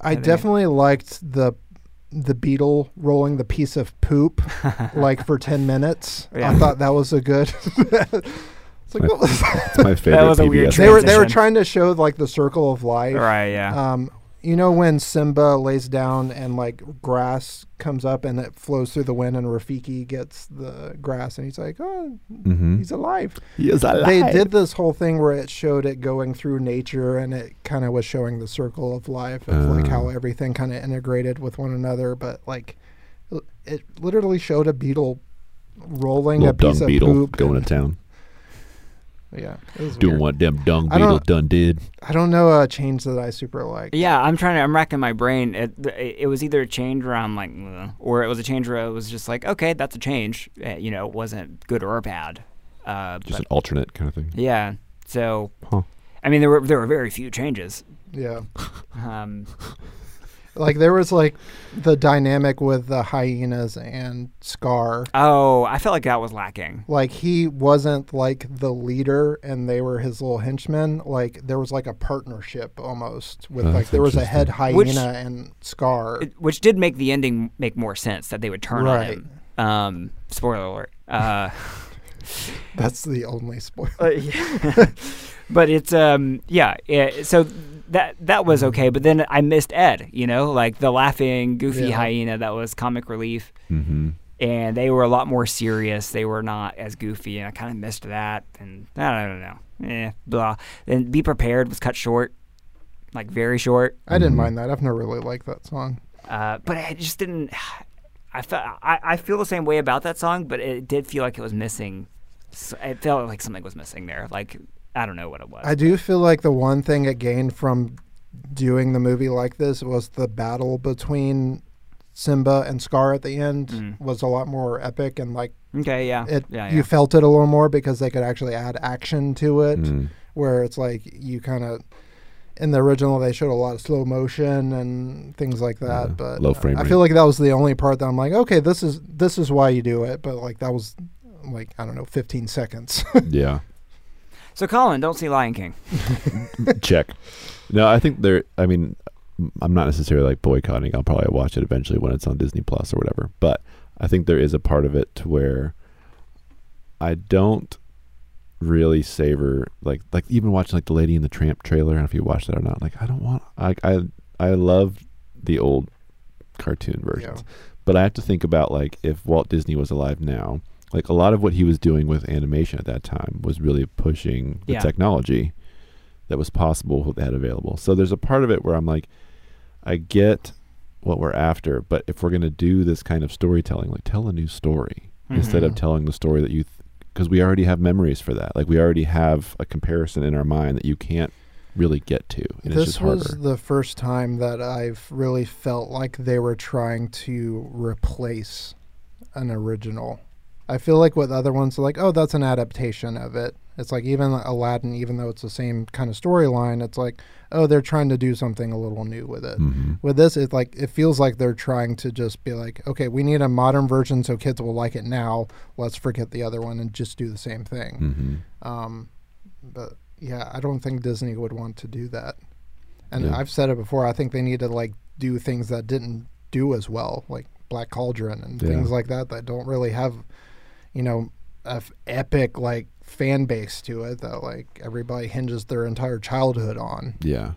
Speaker 7: I definitely liked the the beetle rolling the piece of poop like for ten minutes.
Speaker 2: Yeah.
Speaker 7: I thought that was a good. it's like what was that?
Speaker 6: It's my favorite
Speaker 2: was a weird
Speaker 6: PBS.
Speaker 2: choice.
Speaker 7: they were they were
Speaker 2: Transition.
Speaker 7: trying to show like the circle of life.
Speaker 2: Right, yeah.
Speaker 7: Um, you know when Simba lays down and like grass comes up and it flows through the wind and Rafiki gets the grass and he's like, oh,
Speaker 6: Mhm.
Speaker 7: he's alive.
Speaker 6: He is alive.
Speaker 7: They did this whole thing where it showed it going through nature and it kind of was showing the circle of life of like how
Speaker 6: Ah.
Speaker 7: everything kind of integrated with one another. But like, l- it literally showed a beetle rolling
Speaker 6: little
Speaker 7: a piece
Speaker 6: dung
Speaker 7: of
Speaker 6: beetle
Speaker 7: poop.
Speaker 6: going to town,
Speaker 7: yeah, it was
Speaker 6: doing
Speaker 7: weird.
Speaker 6: what them dung
Speaker 7: I don't-
Speaker 6: beetle done did.
Speaker 7: I don't know a change that I super like.
Speaker 2: yeah, I'm trying to. I'm racking my brain. It, it was either a change where I'm like, "Ugh," or it was a change where it was just like, okay, that's a change. Uh, you know, it wasn't good or bad. Uh,
Speaker 6: Just
Speaker 2: but-
Speaker 6: an alternate kind of thing.
Speaker 2: yeah. So,
Speaker 6: Huh.
Speaker 2: I mean, there were there were very few changes.
Speaker 7: Yeah.
Speaker 2: Um,
Speaker 7: Like there was like the dynamic with the hyenas and Scar.
Speaker 2: oh, I felt like that was lacking.
Speaker 7: Like he wasn't like the leader and they were his little henchmen. Like there was like a partnership almost with
Speaker 6: That's
Speaker 7: like there was a head hyena
Speaker 2: Which-
Speaker 7: and Scar.
Speaker 2: It- which did make the ending make more sense that they would turn on
Speaker 7: Right.
Speaker 2: him. Um, spoiler alert. Uh,
Speaker 7: That's the only spoiler.
Speaker 2: Uh, yeah. but it's um yeah, yeah so that that was okay but then i missed ed you know like the laughing goofy
Speaker 7: Yeah.
Speaker 2: hyena that was comic relief
Speaker 6: Mm-hmm.
Speaker 2: and they were a lot more serious they were not as goofy and i kind of missed that and i don't know eh, blah and be prepared was cut short like very short
Speaker 7: I didn't mind that. I've never really liked that song.
Speaker 2: uh, but I just didn't. I felt I, I feel the same way about that song, but it did feel like it was missing. s- It felt like something was missing there. Like I don't know what it was.
Speaker 7: I do feel like the one thing it gained from doing the movie like this was the battle between Simba and Scar at the end was a lot more epic and like
Speaker 2: okay, yeah,
Speaker 7: it
Speaker 2: Mm. Uh, yeah,
Speaker 7: you
Speaker 2: yeah.
Speaker 7: felt it a little more because they could actually add action to
Speaker 6: Mm.
Speaker 7: it where it's like you kind of in the original they showed a lot of slow motion and things like that
Speaker 6: Yeah,
Speaker 7: but
Speaker 6: low frame
Speaker 7: i
Speaker 6: rate.
Speaker 7: feel like that was the only part that i'm like okay this is this is why you do it but like that was like i don't know 15 seconds
Speaker 6: Yeah.
Speaker 2: So Colin, don't see Lion King.
Speaker 6: Check. No, I think there. I mean, I'm not necessarily like boycotting. I'll probably watch it eventually when it's on Disney Plus or whatever. But I think there is a part of it to where I don't really savor like like even watching like the Lady and the Tramp trailer. I don't know if you watched that or not. Like I don't want. I I I love the old cartoon versions,
Speaker 7: Yeah.
Speaker 6: but I have to think about like if Walt Disney was alive now. Like a lot of what he was doing with animation at that time was really pushing the
Speaker 2: Yeah.
Speaker 6: technology that was possible what they had available. So there's a part of it where I'm like, I get what we're after, but if we're gonna do this kind of storytelling, like tell a new story
Speaker 2: Mm-hmm.
Speaker 6: instead of telling the story that you, because we already have memories for that. Like we already have a comparison in our mind that you can't really get to, and it's
Speaker 7: this
Speaker 6: just
Speaker 7: was
Speaker 6: harder.
Speaker 7: the first time that i've really felt like they were trying to replace an original i feel like with other ones like oh that's an adaptation of it it's like even aladdin even though it's the same kind of storyline it's like oh they're trying to do something a little new with
Speaker 6: Hmm.
Speaker 7: it
Speaker 6: Mm-hmm.
Speaker 7: with this it like it feels like they're trying to just be like okay we need a modern version so kids will like it now let's forget the other one and just do the same thing
Speaker 6: hmm
Speaker 7: Um, but yeah, I don't think Disney would want to do that. And
Speaker 6: Yeah.
Speaker 7: I've said it before. I think they need to like do things that didn't do as well, like Black Cauldron and
Speaker 6: Yeah.
Speaker 7: things like that, that don't really have, you know, a f- epic like fan base to it that like everybody hinges their entire childhood on.
Speaker 6: Yeah.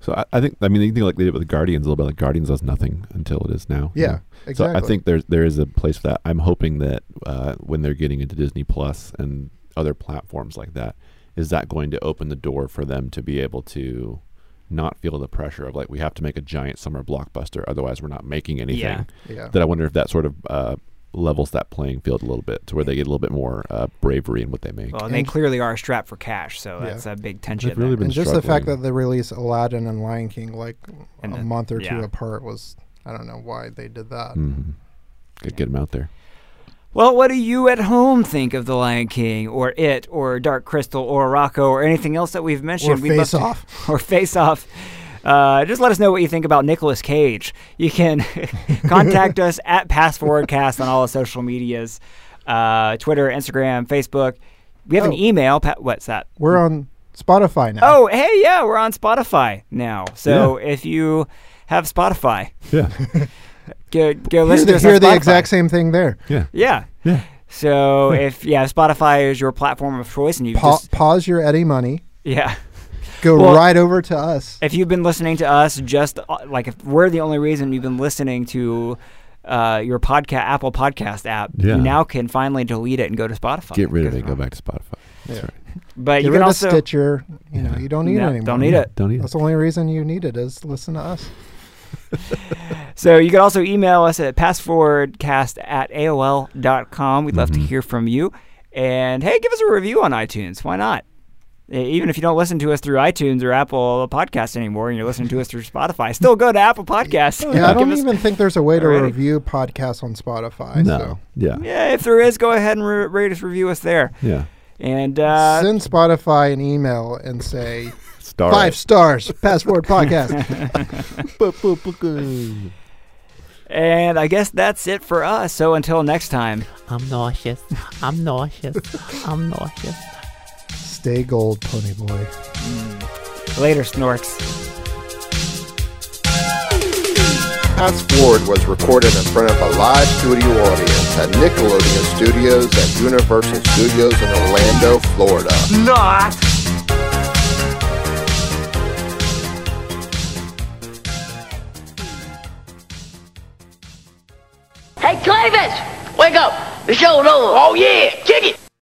Speaker 6: So I, I think I mean you think like they did with the Guardians a little bit. Like Guardians was nothing until it is now. you
Speaker 7: Yeah,
Speaker 6: know? So I
Speaker 7: exactly.
Speaker 6: think there's there is a place for that. I'm hoping that uh, when they're getting into Disney Plus and other platforms like that, is that going to open the door for them to be able to not feel the pressure of like we have to make a giant summer blockbuster, otherwise we're not making anything.
Speaker 2: Yeah.
Speaker 7: Yeah.
Speaker 6: That I wonder if that sort of uh, levels that playing field a little bit to where they get a little bit more uh, bravery in what they make.
Speaker 2: Well, and they
Speaker 7: And-
Speaker 2: clearly are strapped for cash, so that's a big tension.
Speaker 6: They've really
Speaker 2: there.
Speaker 6: been
Speaker 7: and just the fact
Speaker 6: struggling.
Speaker 7: that they released Aladdin and Lion King like
Speaker 2: And
Speaker 7: a
Speaker 2: the-
Speaker 7: month or two
Speaker 2: yeah.
Speaker 7: apart was I don't know why they did that.
Speaker 6: Mhm. Could get them out there.
Speaker 2: Well, what do you at home think of The Lion King or It or Dark Crystal or Rocco or anything else that we've mentioned?
Speaker 7: Or
Speaker 2: We'd love
Speaker 7: Face
Speaker 2: to-
Speaker 7: Off.
Speaker 2: or Face Off. Uh, just let us know what you think about Nicolas Cage. You can contact us at PassForwardCast on all the social medias uh, Twitter, Instagram, Facebook. We have an
Speaker 7: Oh.
Speaker 2: email. Pa- what's that?
Speaker 7: We're on Spotify now.
Speaker 2: Oh, hey, yeah, we're on Spotify now. So if you have Spotify,
Speaker 6: Yeah.
Speaker 2: go, go
Speaker 7: Hear
Speaker 2: listen to
Speaker 7: the,
Speaker 2: us
Speaker 7: hear
Speaker 2: on
Speaker 7: the
Speaker 2: Spotify.
Speaker 7: exact same thing there.
Speaker 6: Yeah.
Speaker 2: Yeah.
Speaker 6: Yeah.
Speaker 2: So if yeah, if Spotify is your platform of choice, and you
Speaker 7: Pa-
Speaker 2: just
Speaker 7: pause your Eddie money.
Speaker 2: yeah,
Speaker 7: Go
Speaker 2: Well-
Speaker 7: right over to us.
Speaker 2: if you've been listening to us, just uh, like if we're the only reason you've been listening to uh, your podcast, Apple Podcast app,
Speaker 6: Yeah.
Speaker 2: you now can finally delete it and go to Spotify.
Speaker 6: Get rid of
Speaker 2: Because-
Speaker 6: it. Go back to Spotify. That's
Speaker 7: Yeah.
Speaker 6: right.
Speaker 2: But
Speaker 7: Get
Speaker 2: you
Speaker 7: rid
Speaker 2: can
Speaker 7: of
Speaker 2: also
Speaker 7: Stitcher. You know, you don't need
Speaker 2: No,
Speaker 7: it anymore.
Speaker 2: don't need it.
Speaker 6: Don't eat
Speaker 7: That's the only reason you need it is listen to us.
Speaker 2: So you can also email us at passforwardcast at AOL.com. We'd love to hear from you. And hey, give us a review on iTunes. Why not? E- Even if you don't listen to us through iTunes or Apple Podcasts anymore and you're listening to us through Spotify, still go to Apple Podcasts.
Speaker 7: Yeah, I
Speaker 2: Oh,
Speaker 7: don't
Speaker 2: Give us-
Speaker 7: even think there's a way to
Speaker 2: Alrighty.
Speaker 7: review podcasts on Spotify.
Speaker 6: No. Yeah.
Speaker 2: Yeah, if there is, go ahead and re- rate us, review us there.
Speaker 6: Yeah.
Speaker 2: And
Speaker 7: So
Speaker 2: uh,
Speaker 7: send Spotify an email and say
Speaker 6: Star.
Speaker 7: five stars, Password Podcast.
Speaker 2: and I guess that's it for us. So until next time.
Speaker 5: I'm nauseous. I'm nauseous. I'm nauseous.
Speaker 7: Stay gold, pony boy.
Speaker 2: Later, Snorks.
Speaker 4: Pass Forward was recorded in front of a live studio audience at Nickelodeon Studios at Universal Studios in Orlando, Florida.
Speaker 8: Hey, Clavis! Wake up! The show's over. Oh, yeah! Kick it!